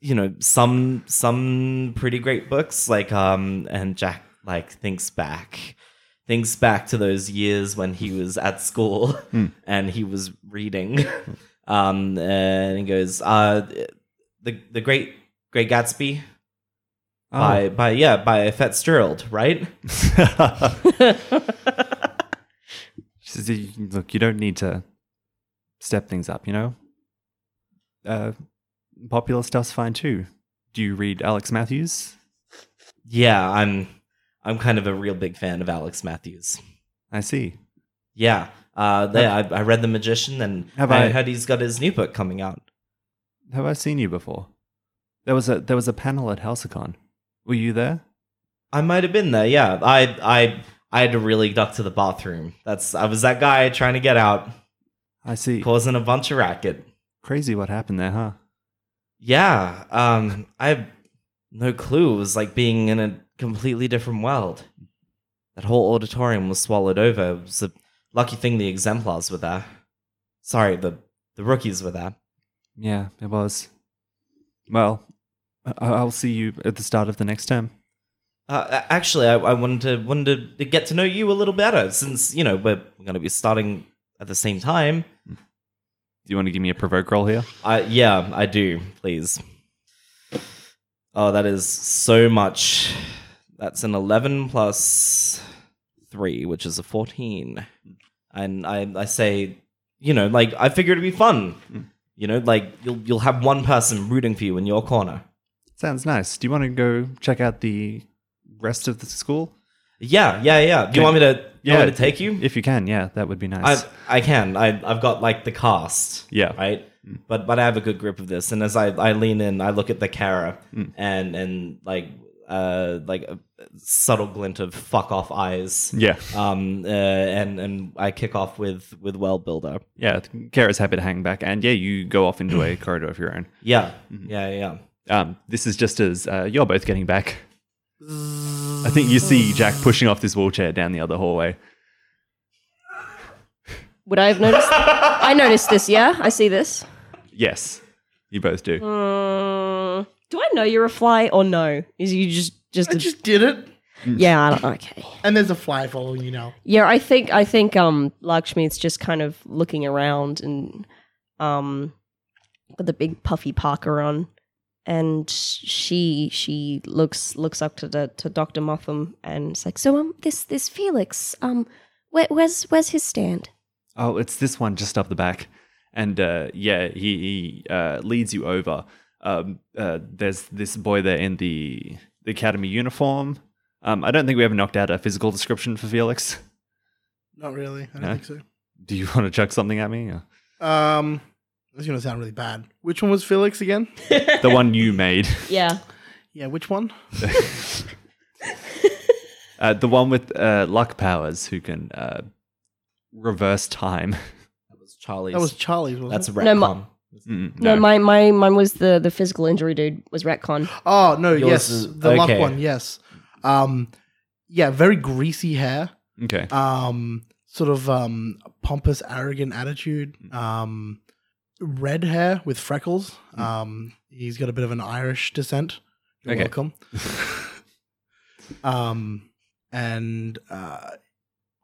S3: you know some some pretty great books like um and Jack like thinks back thinks back to those years when he was at school
S4: Hmm.
S3: and he was reading um and he goes uh the the great great Gatsby
S4: Oh.
S3: by by yeah by Fitzgerald right
S4: She says, "You- Look, you don't need to step things up, you know? Uh, popular stuff's fine too. Do you read Alex Matthews?
S3: yeah I'm I'm kind of a real big fan of Alex Matthews
S4: I see.
S3: Yeah. Uh, they, I, I read The Magician and
S4: Have
S3: I,
S4: I-
S3: heard he's got his new book coming out.
S4: Have I seen you before? There was a there was a panel at Halcyon. Were you there?
S3: I might have been there. Yeah. I I I had to really duck to the bathroom. That's I was that guy trying to get out,
S4: I see.
S3: causing a bunch of racket.
S4: Crazy what happened there, huh?
S3: Yeah. Um. I have no clue. It was like being in a completely different world. That whole auditorium was swallowed over. It was a lucky thing the exemplars were there. Sorry, the the rookies were there.
S4: Yeah, it was. Well, I- I'll see you at the start of the next term.
S3: Uh, a- actually, I, I wanted to wanted to get to know you a little better since you know we're, we're going to be starting at the same time.
S4: Do you want to give me a provoke roll here?
S3: I yeah, I do. Please. Oh, that is so much. That's an eleven plus three, which is a fourteen. And I I say, you know, like I figure it'd be fun.
S4: Mm.
S3: You know, like you'll you'll have one person rooting for you in your corner.
S4: Sounds nice. Do you want to go check out the rest of the school?
S3: Yeah, yeah, yeah. Do
S4: Okay.
S3: you want me to? Yeah,
S4: Yeah.
S3: to take you.
S4: If you can, yeah, that would be nice.
S3: I I can. I I've got like the cast.
S4: Yeah.
S3: Right. But but I have a good grip of this, and as I, I lean in, I look at the Kara
S4: Mm.
S3: and and like uh like a subtle glint of fuck off eyes.
S4: yeah.
S3: Um uh, and and I kick off with with well builder.
S4: Yeah, Kara's happy to hang back, and yeah, you go off into a corridor of your own.
S3: Yeah.
S4: Mm-hmm.
S3: Yeah. Yeah.
S4: Um, this is just as uh, you're both getting back. I think you see Jack pushing off this wheelchair down the other hallway.
S2: Would I have noticed? I noticed this. Yeah, I see this.
S4: Yes, you both do.
S2: Mm, do I know you're a fly or no? Is you just just,
S5: I
S2: a-
S5: just did it,
S2: yeah? I don't, okay.
S5: and there's a fly following you now.
S2: Yeah, I think I think um Lakshmi's just kind of looking around and um with the big puffy Parker on and she she looks looks up to the to Dr. Motham and it's like,
S6: So um, this this Felix um, where, where's where's his stand?
S4: Oh, it's this one just up the back. And uh, yeah, he, he uh, leads you over. Um, uh, there's this boy there in the, the academy uniform. Um, I don't think we ever knocked out a physical description for Felix.
S5: Not really. I don't
S4: No?
S5: think so.
S4: Do you want to chuck something at me? or-
S5: Um, this is gonna sound really bad. Which one was Felix again?
S4: The one you made.
S2: Yeah.
S5: Yeah, which one?
S4: Uh, the one with uh, luck powers who can uh, reverse time.
S3: That was Charlie's.
S5: That was Charlie's. Wasn't
S3: that's a retcon.
S5: it?
S2: No, my-
S4: Mm,
S2: No, my my mine was the the physical injury dude was retcon.
S5: Oh no,
S3: Yours
S5: yes,
S3: is-
S5: the luck
S3: okay.
S5: one. Yes. Um, yeah, very greasy hair.
S4: okay.
S5: Um, sort of um pompous, arrogant attitude.
S3: Mm.
S5: Um, red hair with freckles.
S3: Mm.
S5: Um, he's got a bit of an Irish descent. You're
S4: Okay.
S5: welcome. um, and uh,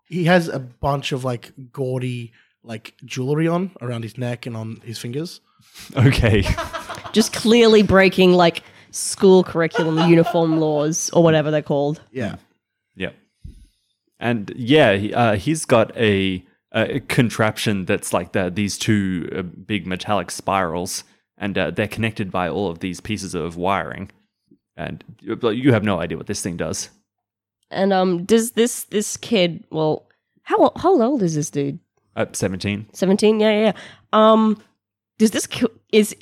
S5: he has a bunch of like gaudy like jewelry on around his neck and on his fingers.
S4: okay.
S2: Just clearly breaking like school curriculum uniform laws or whatever they're called.
S5: Yeah.
S4: Yeah. And yeah, he, uh, he's got a, a contraption that's like the, these two uh, big metallic spirals, and uh, they're connected by all of these pieces of wiring. And you- but you have no idea what this thing does.
S2: And um, does this this kid? Well, how o- how old is this dude?
S4: Uh, 17.
S2: Seventeen? Yeah, yeah. yeah. Um, does this ki- is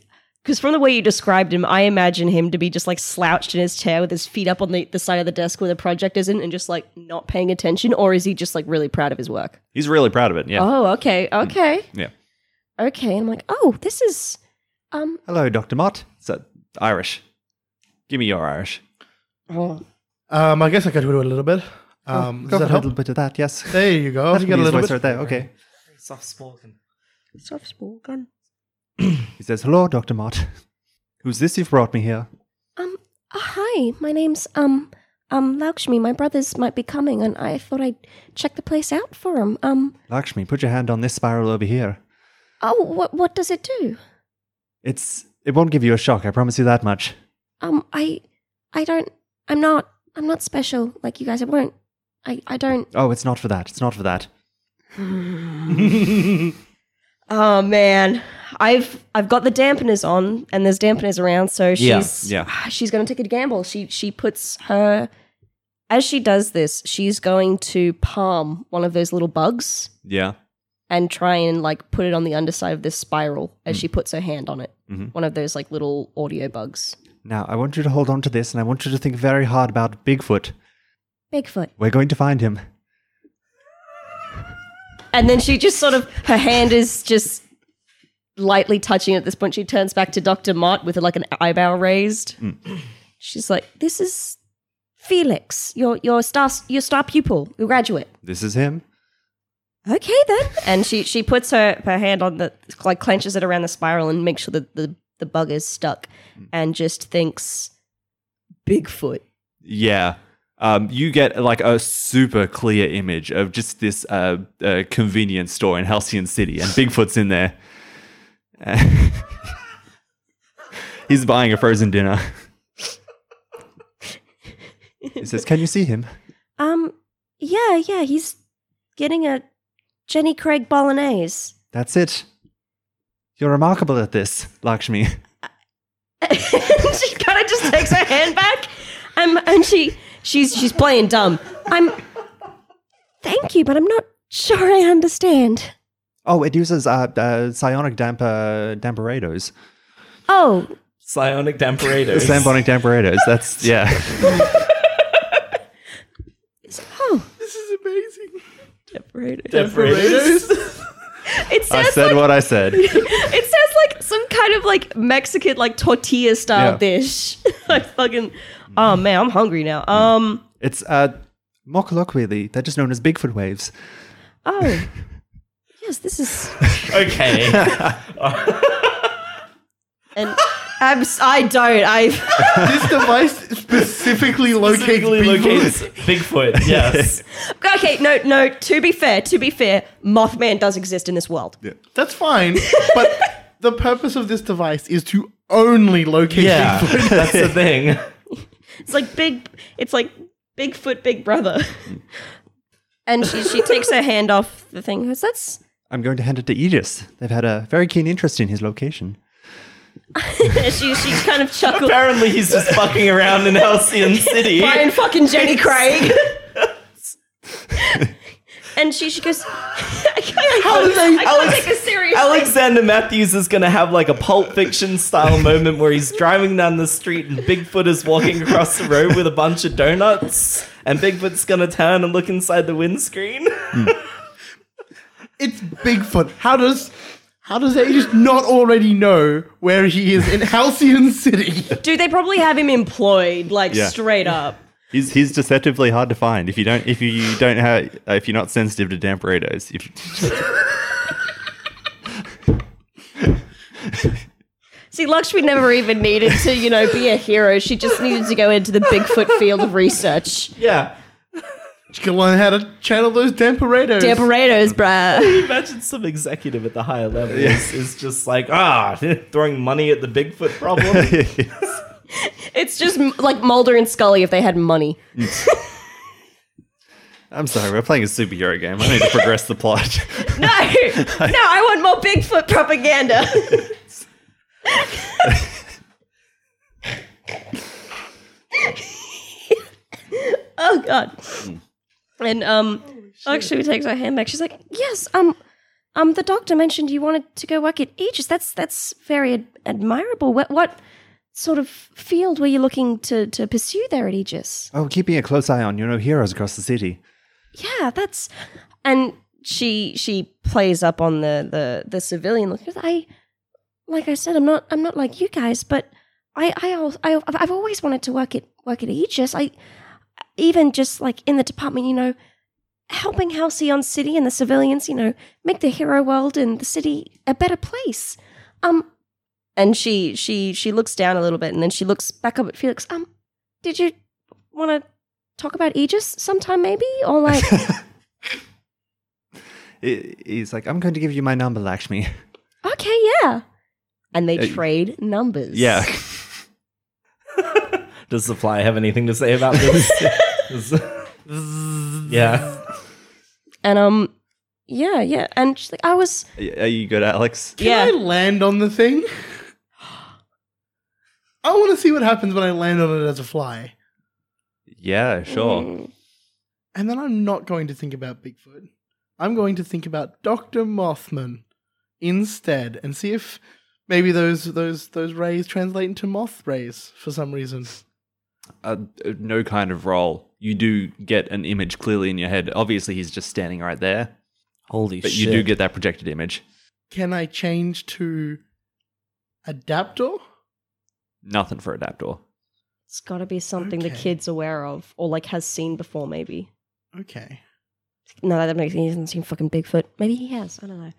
S2: because from the way you described him, I imagine him to be just like slouched in his chair with his feet up on the, the side of the desk where the project isn't, and just like not paying attention, or is he just like really proud of his work?
S4: He's really proud of it. Yeah. Mm-hmm.
S2: Oh, okay, okay,
S4: Yeah.
S2: okay. And I'm like, oh, this is um.
S4: Hello, Dr. Mott. It's uh, Irish. Give me your Irish.
S2: Oh,
S5: Um, I guess I could do it a little bit.
S4: Oh,
S5: Um, does that help?
S4: bit of that, yes.
S5: There you go. You got a little bit.
S4: Okay.
S3: Soft spoken.
S2: soft spoken.
S4: He says, Hello, Dr. Mott. Who's this you've brought me here?
S6: Um, uh, hi, my name's, um, um, Lakshmi. My brothers might be coming, and I thought I'd check the place out for them. Um,
S4: Lakshmi, put your hand on this spiral over here.
S6: oh, what, what does it do?
S4: It's it won't give you a shock, I promise you that much.
S6: Um, I, I don't, I'm not, I'm not special like you guys. I won't, I, I don't.
S4: Oh, it's not for that. It's not for that.
S2: Oh man, I've I've got the dampeners on, and there's dampeners around, so
S3: Yeah,
S2: she's
S4: yeah.
S2: she's going to take a gamble. She she puts her as she does this, she's going to palm one of those little bugs
S4: Yeah.
S2: and try and like put it on the underside of this spiral as she puts her hand on it.
S4: Mhm.
S2: One of those like little audio bugs.
S4: Now, I want you to hold on to this and I want you to think very hard about Bigfoot.
S6: Bigfoot.
S4: We're going to find him.
S2: And then she just sort of her hand is just lightly touching at this point. She turns back to Dr. Mott with like an eyebrow raised.
S6: She's like, this is Felix, your, your star, your star pupil, your graduate.
S4: This is him.
S6: Okay then.
S2: and she she puts her her hand on the like clenches it around the spiral and makes sure that the the bug is stuck and just thinks bigfoot
S4: Yeah. Um, you get like a super clear image of just this uh, uh, convenience store in Halcyon City, and Bigfoot's in there. He's buying a frozen dinner. he says, "Can you see him?"
S6: Um, yeah, yeah, he's getting a Jenny Craig bolognese.
S4: That's it. You're remarkable at this, Lakshmi.
S2: she kind of just takes her hand back and and she she's she's playing dumb
S6: I'm. Thank you, but I'm not sure I understand.
S4: Oh, it uses uh, uh, psionic damper damperados,
S6: Oh,
S3: Psionic Damperator.
S4: sambonic damperados. That's yeah.
S6: oh,
S5: This is amazing.
S2: it
S4: I
S2: sounds
S4: said
S2: like
S4: what I said.
S2: it sounds like some kind of like mexican like tortilla style
S4: Yeah.
S2: dish i fucking oh man i'm hungry now um
S4: It's uh, more colloquially, they're just known as Bigfoot waves.
S6: oh. Yes, this is.
S3: okay.
S2: and abs- i don't i
S5: this device specifically locates
S3: Specifically
S5: people.
S3: locates Bigfoot. Yes.
S2: Okay, no, no. To be fair, to be fair, Mothman does exist in this world.
S5: That's fine, but the purpose of this device is to only locate
S3: yeah.
S5: people.
S3: That's the thing.
S2: It's like big. It's like Bigfoot, Big Brother. and she she takes her hand off the thing. Goes, That's
S4: I'm going to hand it to Aegis. They've had a very keen interest in his location.
S2: she she kind of chuckles.
S3: Apparently, he's just fucking around in Halcyon City.
S2: Brian fucking Jenny Craig. and she she goes. I can't,
S3: How did they-
S2: I can't
S3: Alex-
S2: take this seriously.
S3: Alexander Matthews is going to have like a Pulp Fiction style moment where he's driving down the street and Bigfoot is walking across the road with a bunch of donuts, and Bigfoot's going to turn and look inside the windscreen.
S5: It's Bigfoot. How does how does they just not already know where he is in Halcyon City?
S2: Dude, they probably have him employed, like
S4: Yeah.
S2: straight up.
S4: He's, he's deceptively hard to find if you don't if you don't have uh, if you're not sensitive to damperados. If,
S2: See, Lakshmi never even needed to, you know, be a hero. She just needed to go into the Bigfoot field of research.
S3: yeah.
S5: You can learn how to channel those damperados.
S2: Damperados, bruh.
S3: Imagine some executive at the higher level is, is just like, ah, throwing money at the Bigfoot problem.
S2: It's just m- like Mulder and Scully if they had money.
S4: I'm sorry, we're playing a superhero game. I need to progress the plot.
S2: No, no, I want more Bigfoot propaganda. oh God!
S6: And um, Oxley takes her hand back. She's like, "Yes, um, um, the doctor mentioned you wanted to go work at Aegis. That's that's very ad- admirable. What what sort of field were you looking to to pursue there at Aegis?
S4: oh, keeping a close eye on, you know, heroes across the city.
S6: Yeah, that's
S2: And she she plays up on the the the civilian look.
S6: because I, like I said, I'm not I'm not like you guys, but I I al- I I've- I've always wanted to work at work at Aegis. I even just like in the department, you know, helping Halcyon City and the civilians, you know, make the hero world and the city a better place. Um,
S2: And she she she looks down a little bit, and then she looks back up at Felix.
S6: um, did you want to talk about Aegis sometime, maybe, or like?
S4: He- He's like, I'm going to give you my number, Lakshmi.
S6: okay, yeah.
S2: And they
S4: Hey.
S2: trade numbers.
S4: Yeah.
S3: Does the fly have anything to say about this? yeah.
S2: And um,
S6: Yeah, yeah. And she's like, I was
S4: Are you good, Alex?
S5: Can
S2: yeah.
S5: I land on the thing? I want to see what happens when I land on it as a fly.
S4: Yeah,
S6: Mm-hmm.
S4: sure.
S2: Mm.
S5: And then I'm not going to think about Bigfoot. I'm going to think about Dr. Mothman instead and see if maybe those those those rays translate into moth rays for some reason.
S4: uh, no kind of role, you do get an image clearly in your head. Obviously, he's just standing right there,
S3: Holy
S4: but
S3: shit.
S4: you do get that projected image.
S5: Can I change to adapter?
S4: Nothing for adaptor.
S2: It's got to be something the
S5: Okay.
S2: kid's aware of or like has seen before, maybe.
S5: Okay.
S2: No, that makes he hasn't seen fucking Bigfoot. Maybe he has. I don't know.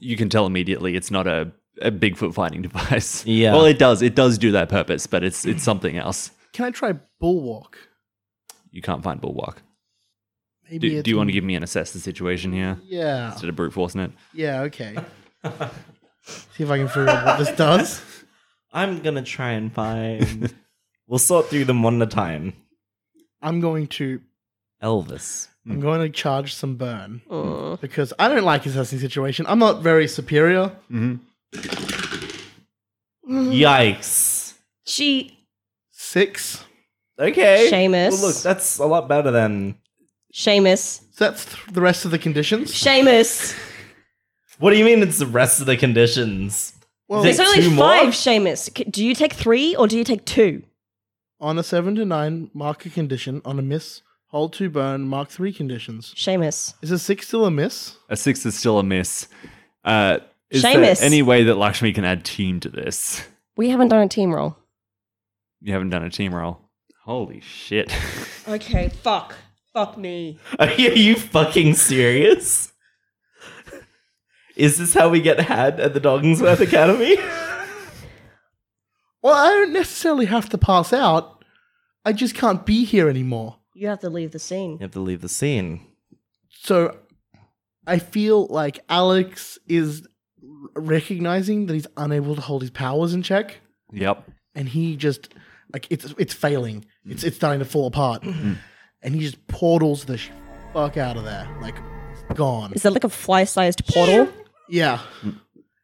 S4: You can tell immediately it's not a, a Bigfoot finding device.
S3: Yeah.
S4: Well, it does. It does do that purpose, but it's it's something else.
S5: Can I try bulwark?
S4: You can't find Bulwark.
S5: Maybe
S4: Do,
S5: it's
S4: do you want to
S5: in-
S4: give me an assess the situation here
S5: Yeah.
S4: instead of brute forcing it?
S5: Yeah, okay. see if I can figure out what this does.
S3: I'm gonna try and find. we'll sort through them one at a time.
S5: I'm going to
S3: Elvis.
S4: Hmm.
S5: I'm going to charge some burn
S2: Mm.
S5: because I don't like assessing situation. I'm not very superior.
S3: Yikes.
S2: She
S5: Six.
S3: Okay.
S2: Seamus.
S3: Well, look, that's a lot better than.
S2: Seamus.
S5: So that's th- the rest of the conditions.
S2: Seamus.
S3: What do you mean? It's the rest of the conditions.
S5: Well,
S3: Take
S2: There's only
S3: two more?
S2: five Seamus. C- Do you take three or do you take two?
S5: on a seven to nine, mark a condition. On a miss, hold two burn, mark three conditions.
S2: Seamus.
S5: Is a six still a miss?
S4: A six is still a miss. Uh, is
S2: Seamus.
S4: there any way that Lakshmi can add team to this?
S2: We haven't done a team roll.
S4: You haven't done a team roll. Holy shit.
S2: Okay, fuck. Fuck me.
S3: Are you, are you fucking serious? Is this how we get had at the Dogginsworth Academy?
S5: Well, I don't necessarily have to pass out. I just can't be here anymore.
S2: You have to leave the scene.
S3: You have to leave the scene.
S5: So I feel like Alex is r- recognizing that he's unable to hold his powers in check.
S4: Yep.
S5: and he just like it's it's failing. It's it's starting to fall apart, and he just portals the sh- fuck out of there, like gone.
S2: Is that like a fly sized portal?
S5: Yeah,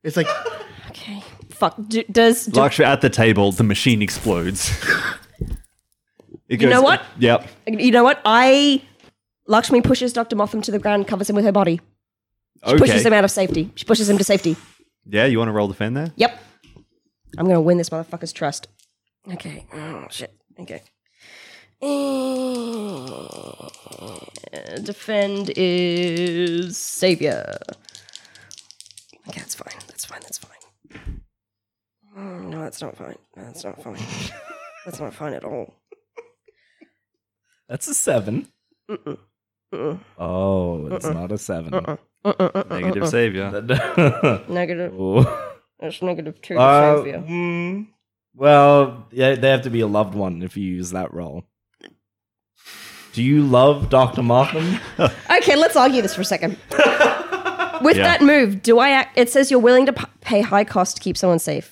S5: it's like
S2: Okay. Fuck. Do, does. Do,
S4: Lakshmi at the table, the machine explodes. It
S2: You know
S4: goes-
S2: what?
S4: Yep.
S2: you know what? I. Lakshmi pushes Dr. Motham to the ground, covers him with her body.
S4: Okay.
S2: Pushes him out of safety. She pushes him to safety.
S4: Yeah, you want to roll defend there?
S2: Yep. I'm gonna win this motherfucker's trust. Okay. Oh shit. Okay. Uh, Defend is savior. Okay, that's fine. That's fine. That's fine. Mm, No, that's not fine. No, that's not fine. that's not fine at all.
S3: That's a seven.
S2: Mm-mm. Mm-mm.
S3: Oh, it's not a 7
S2: Uh-uh. Uh-uh. uh-uh.
S4: Negative savior.
S2: Negative.
S3: Oh.
S2: It's negative two to
S3: Uh,
S2: savior.
S3: mm, well, yeah, they have to be a loved one if you use that role. Do you love Dr. Markham?
S2: Okay, let's argue this for a second. With
S4: Yeah.
S2: that move, do I? Act, it says you're willing to p- pay high cost to keep someone safe.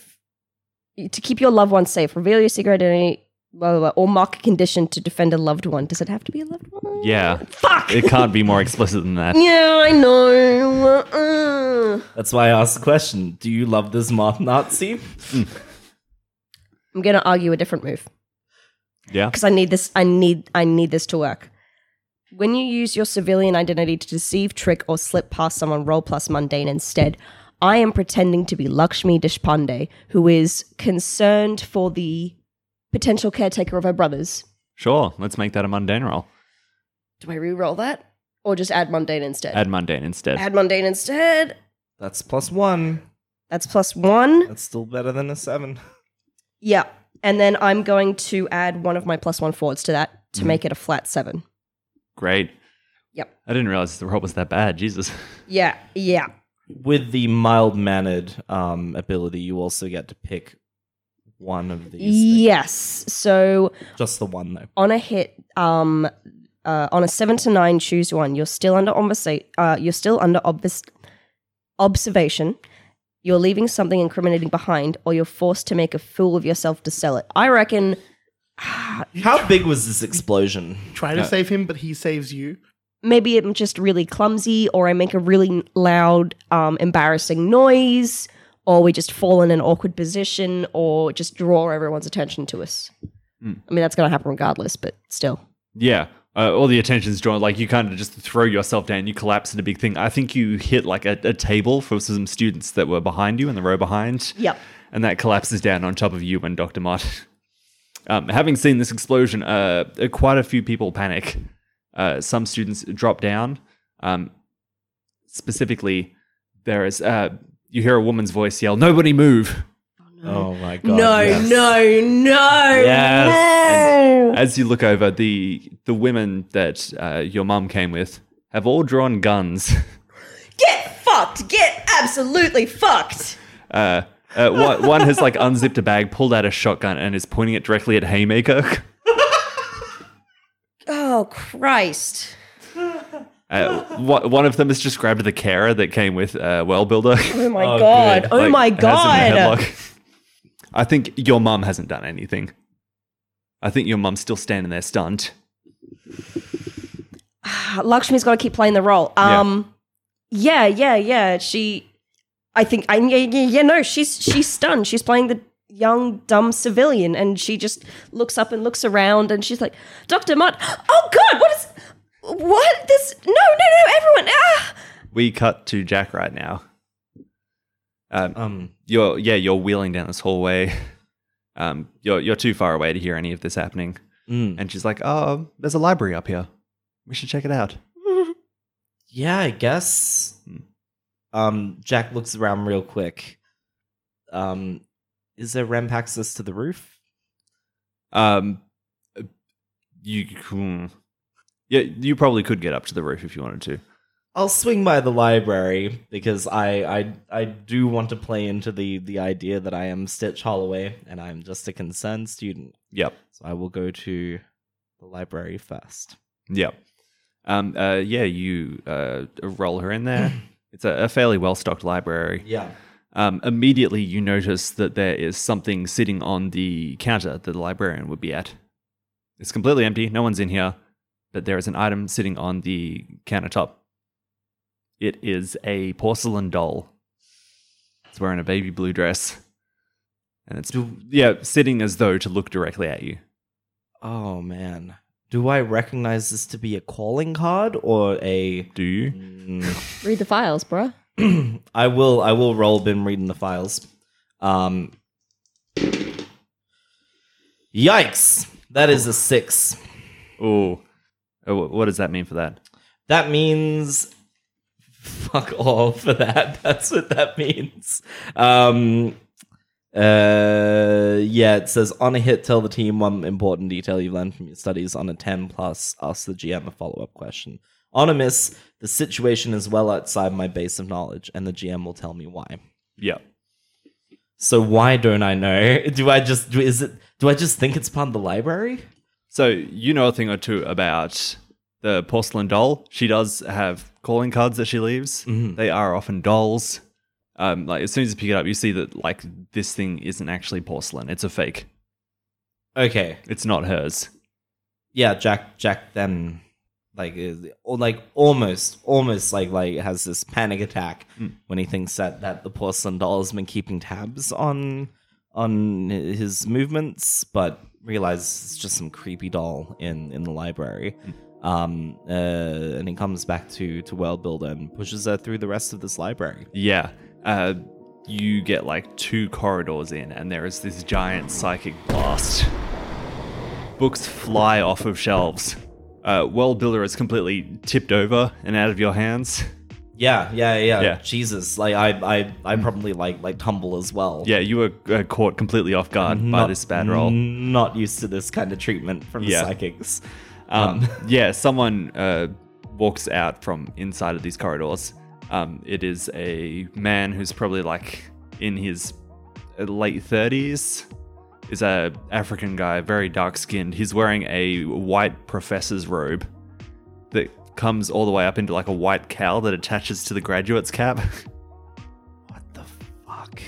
S2: to keep your loved one safe, reveal your secret identity, blah, blah, blah, or mark a condition to defend a loved one. Does it have to be a loved one?
S4: Yeah.
S2: Fuck!
S4: It can't be more explicit than that.
S2: yeah, I know. Uh,
S3: That's why I asked the question. Do you love this moth Nazi?
S2: I'm gonna argue a different move
S4: Yeah.
S2: because I need this. I need. I need this to work. When you use your civilian identity to deceive, trick, or slip past someone, roll plus mundane instead. I am pretending to be Lakshmi Deshpande, who is concerned for the potential caretaker of her brothers.
S4: Sure. Let's make that a mundane roll.
S2: Do I re-roll that, or just add mundane instead?
S4: Add mundane instead.
S2: add mundane instead.
S3: That's plus one.
S2: That's plus one.
S3: That's still better than a seven.
S2: Yeah. And then I'm going to add one of my plus one forwards to that to make it a flat seven.
S4: Great.
S2: Yep.
S4: I didn't realize the roll was that bad. Jesus.
S2: Yeah. Yeah.
S3: With the mild mannered um, ability, you also get to pick one of these. things.
S2: Yes. So
S3: Just the one, though.
S2: on a hit, um, uh, on a seven to nine, choose one. You're still under obviously, uh, You're still under obvis- observation. You're leaving something incriminating behind, or you're forced to make a fool of yourself to sell it. I reckon.
S3: How big was this explosion?
S5: Try to save him, but he saves you.
S2: maybe I'm just really clumsy, or I make a really loud, um, embarrassing noise, or we just fall in an awkward position, or just draw everyone's attention to us. I mean, that's going to happen regardless, but still.
S4: Yeah. Uh, all the attention's drawn. Like you kind of just throw yourself down. You collapse in a big thing. I think you hit like a, a table for some students that were behind you in the row behind.
S2: Yep.
S4: And that collapses down on top of you and Dr. Mott. Um, having seen this explosion, uh, uh, quite a few people panic. Uh, some students drop down. Um, specifically, there is uh, you hear a woman's voice yell, "Nobody move!"
S3: Oh my god. yes.
S2: no.
S3: Yes.
S4: As you look over, the the women that uh, your mum came with have all drawn guns.
S2: Get fucked. Get absolutely fucked.
S4: Uh, uh, one, one has like unzipped a bag, pulled out a shotgun, and is pointing it directly at Haymaker.
S2: Oh, Christ.
S4: Uh, wha- one of them has just grabbed the carer that came with uh, Well Builder.
S2: Oh, my
S3: Oh,
S2: God.
S3: good.
S2: Oh,
S4: Like,
S2: my
S4: has him in a
S2: God.
S4: headlock. I think your mum hasn't done anything. I think your mum's still standing there stunned.
S2: Lakshmi's got to keep playing the role.
S4: Yeah.
S2: Um, yeah. yeah, yeah, She, I think, I yeah, yeah, yeah, no, she's she's stunned. She's playing the young dumb civilian, and she just looks up and looks around, and she's like, "Doctor Mutt, oh God, what is, what this? No, no, no, everyone, ah,
S4: We cut to Jack right now. Um,
S3: Um,
S4: you're yeah, you're wheeling down this hallway. Um, you're you're too far away to hear any of this happening.
S3: mm.
S4: And she's like, "Oh, there's a library up here. We should check it out."
S3: Yeah, I guess. Um, Jack looks around real quick. Um, is there ramp access to the roof?
S4: Um, you hmm. yeah, you probably could get up to the roof if you wanted to.
S3: I'll swing by the library because I I I do want to play into the the idea that I am Stitch Holloway and I'm just a concerned student.
S4: Yep.
S3: So I will go to the library first.
S4: Yeah. Um, uh, yeah, you uh, roll her in there. it's a, a fairly well stocked library.
S3: Yeah.
S4: Um, immediately, you notice that there is something sitting on the counter that the librarian would be at. It's completely empty, no one's in here, but there is an item sitting on the countertop. It is a porcelain doll. It's wearing a baby blue dress. And it's, yeah, sitting as though to look directly at you.
S3: Oh man. Do I recognize this to be a calling card or a
S4: Do you?
S3: Mm.
S6: Read the files, bruh.
S3: I will. I will roll bin reading the files. Um, yikes! That is a six.
S4: Ooh. Oh, wh- what does that mean for that?
S3: That means fuck all for that. That's what that means. Um, uh, yeah. It says on a hit, tell the team one important detail you've learned from your studies. On a ten plus, ask the GM a follow up question. On a miss, the situation is well outside my base of knowledge, and the GM will tell me why.
S4: Yeah.
S3: So why don't I know? Do I just do, is it? Do I just think it's part of the library?
S4: So you know a thing or two about the
S3: Mm.
S4: Mm-hmm. porcelain doll. She does have calling cards that she leaves. They are often dolls. Um, like as soon as you pick it up, you see that like this thing isn't actually porcelain; it's a fake.
S3: Okay.
S4: It's not hers.
S3: Yeah, Jack Jack then like is or like almost almost like like has this panic attack when he thinks that that the porcelain doll's been keeping tabs on on his movements, but realizes it's just some creepy doll in in the library. Um, uh, and he comes back to to World Builder and pushes her through the rest of this library.
S4: Yeah. Uh, you get like two corridors in, and there is this giant psychic blast. Books fly off of shelves. Uh, well, Biller is completely tipped over and out of your hands.
S3: Yeah, yeah, yeah.
S4: Yeah.
S3: Jesus, like I, I, I probably like like tumble as well.
S4: Yeah, you were uh, caught completely off guard by
S3: Not-
S4: this bad roll.
S3: Not used to this kind of treatment from
S4: Yeah.
S3: psychics.
S4: Um, yeah, someone uh, walks out from inside of these corridors. Um, it is a man who's probably like in his uh, late thirties. Is a African guy, very dark skinned. He's wearing a white professor's robe that comes all the way up into like a white cowl that attaches to the graduate's cap.
S3: What the fuck?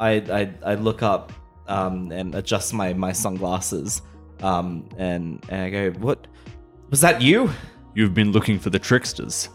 S3: I, I, I look up um, and adjust my my sunglasses. Um, and and I go, what was that? You?
S4: You've been looking for the tricksters.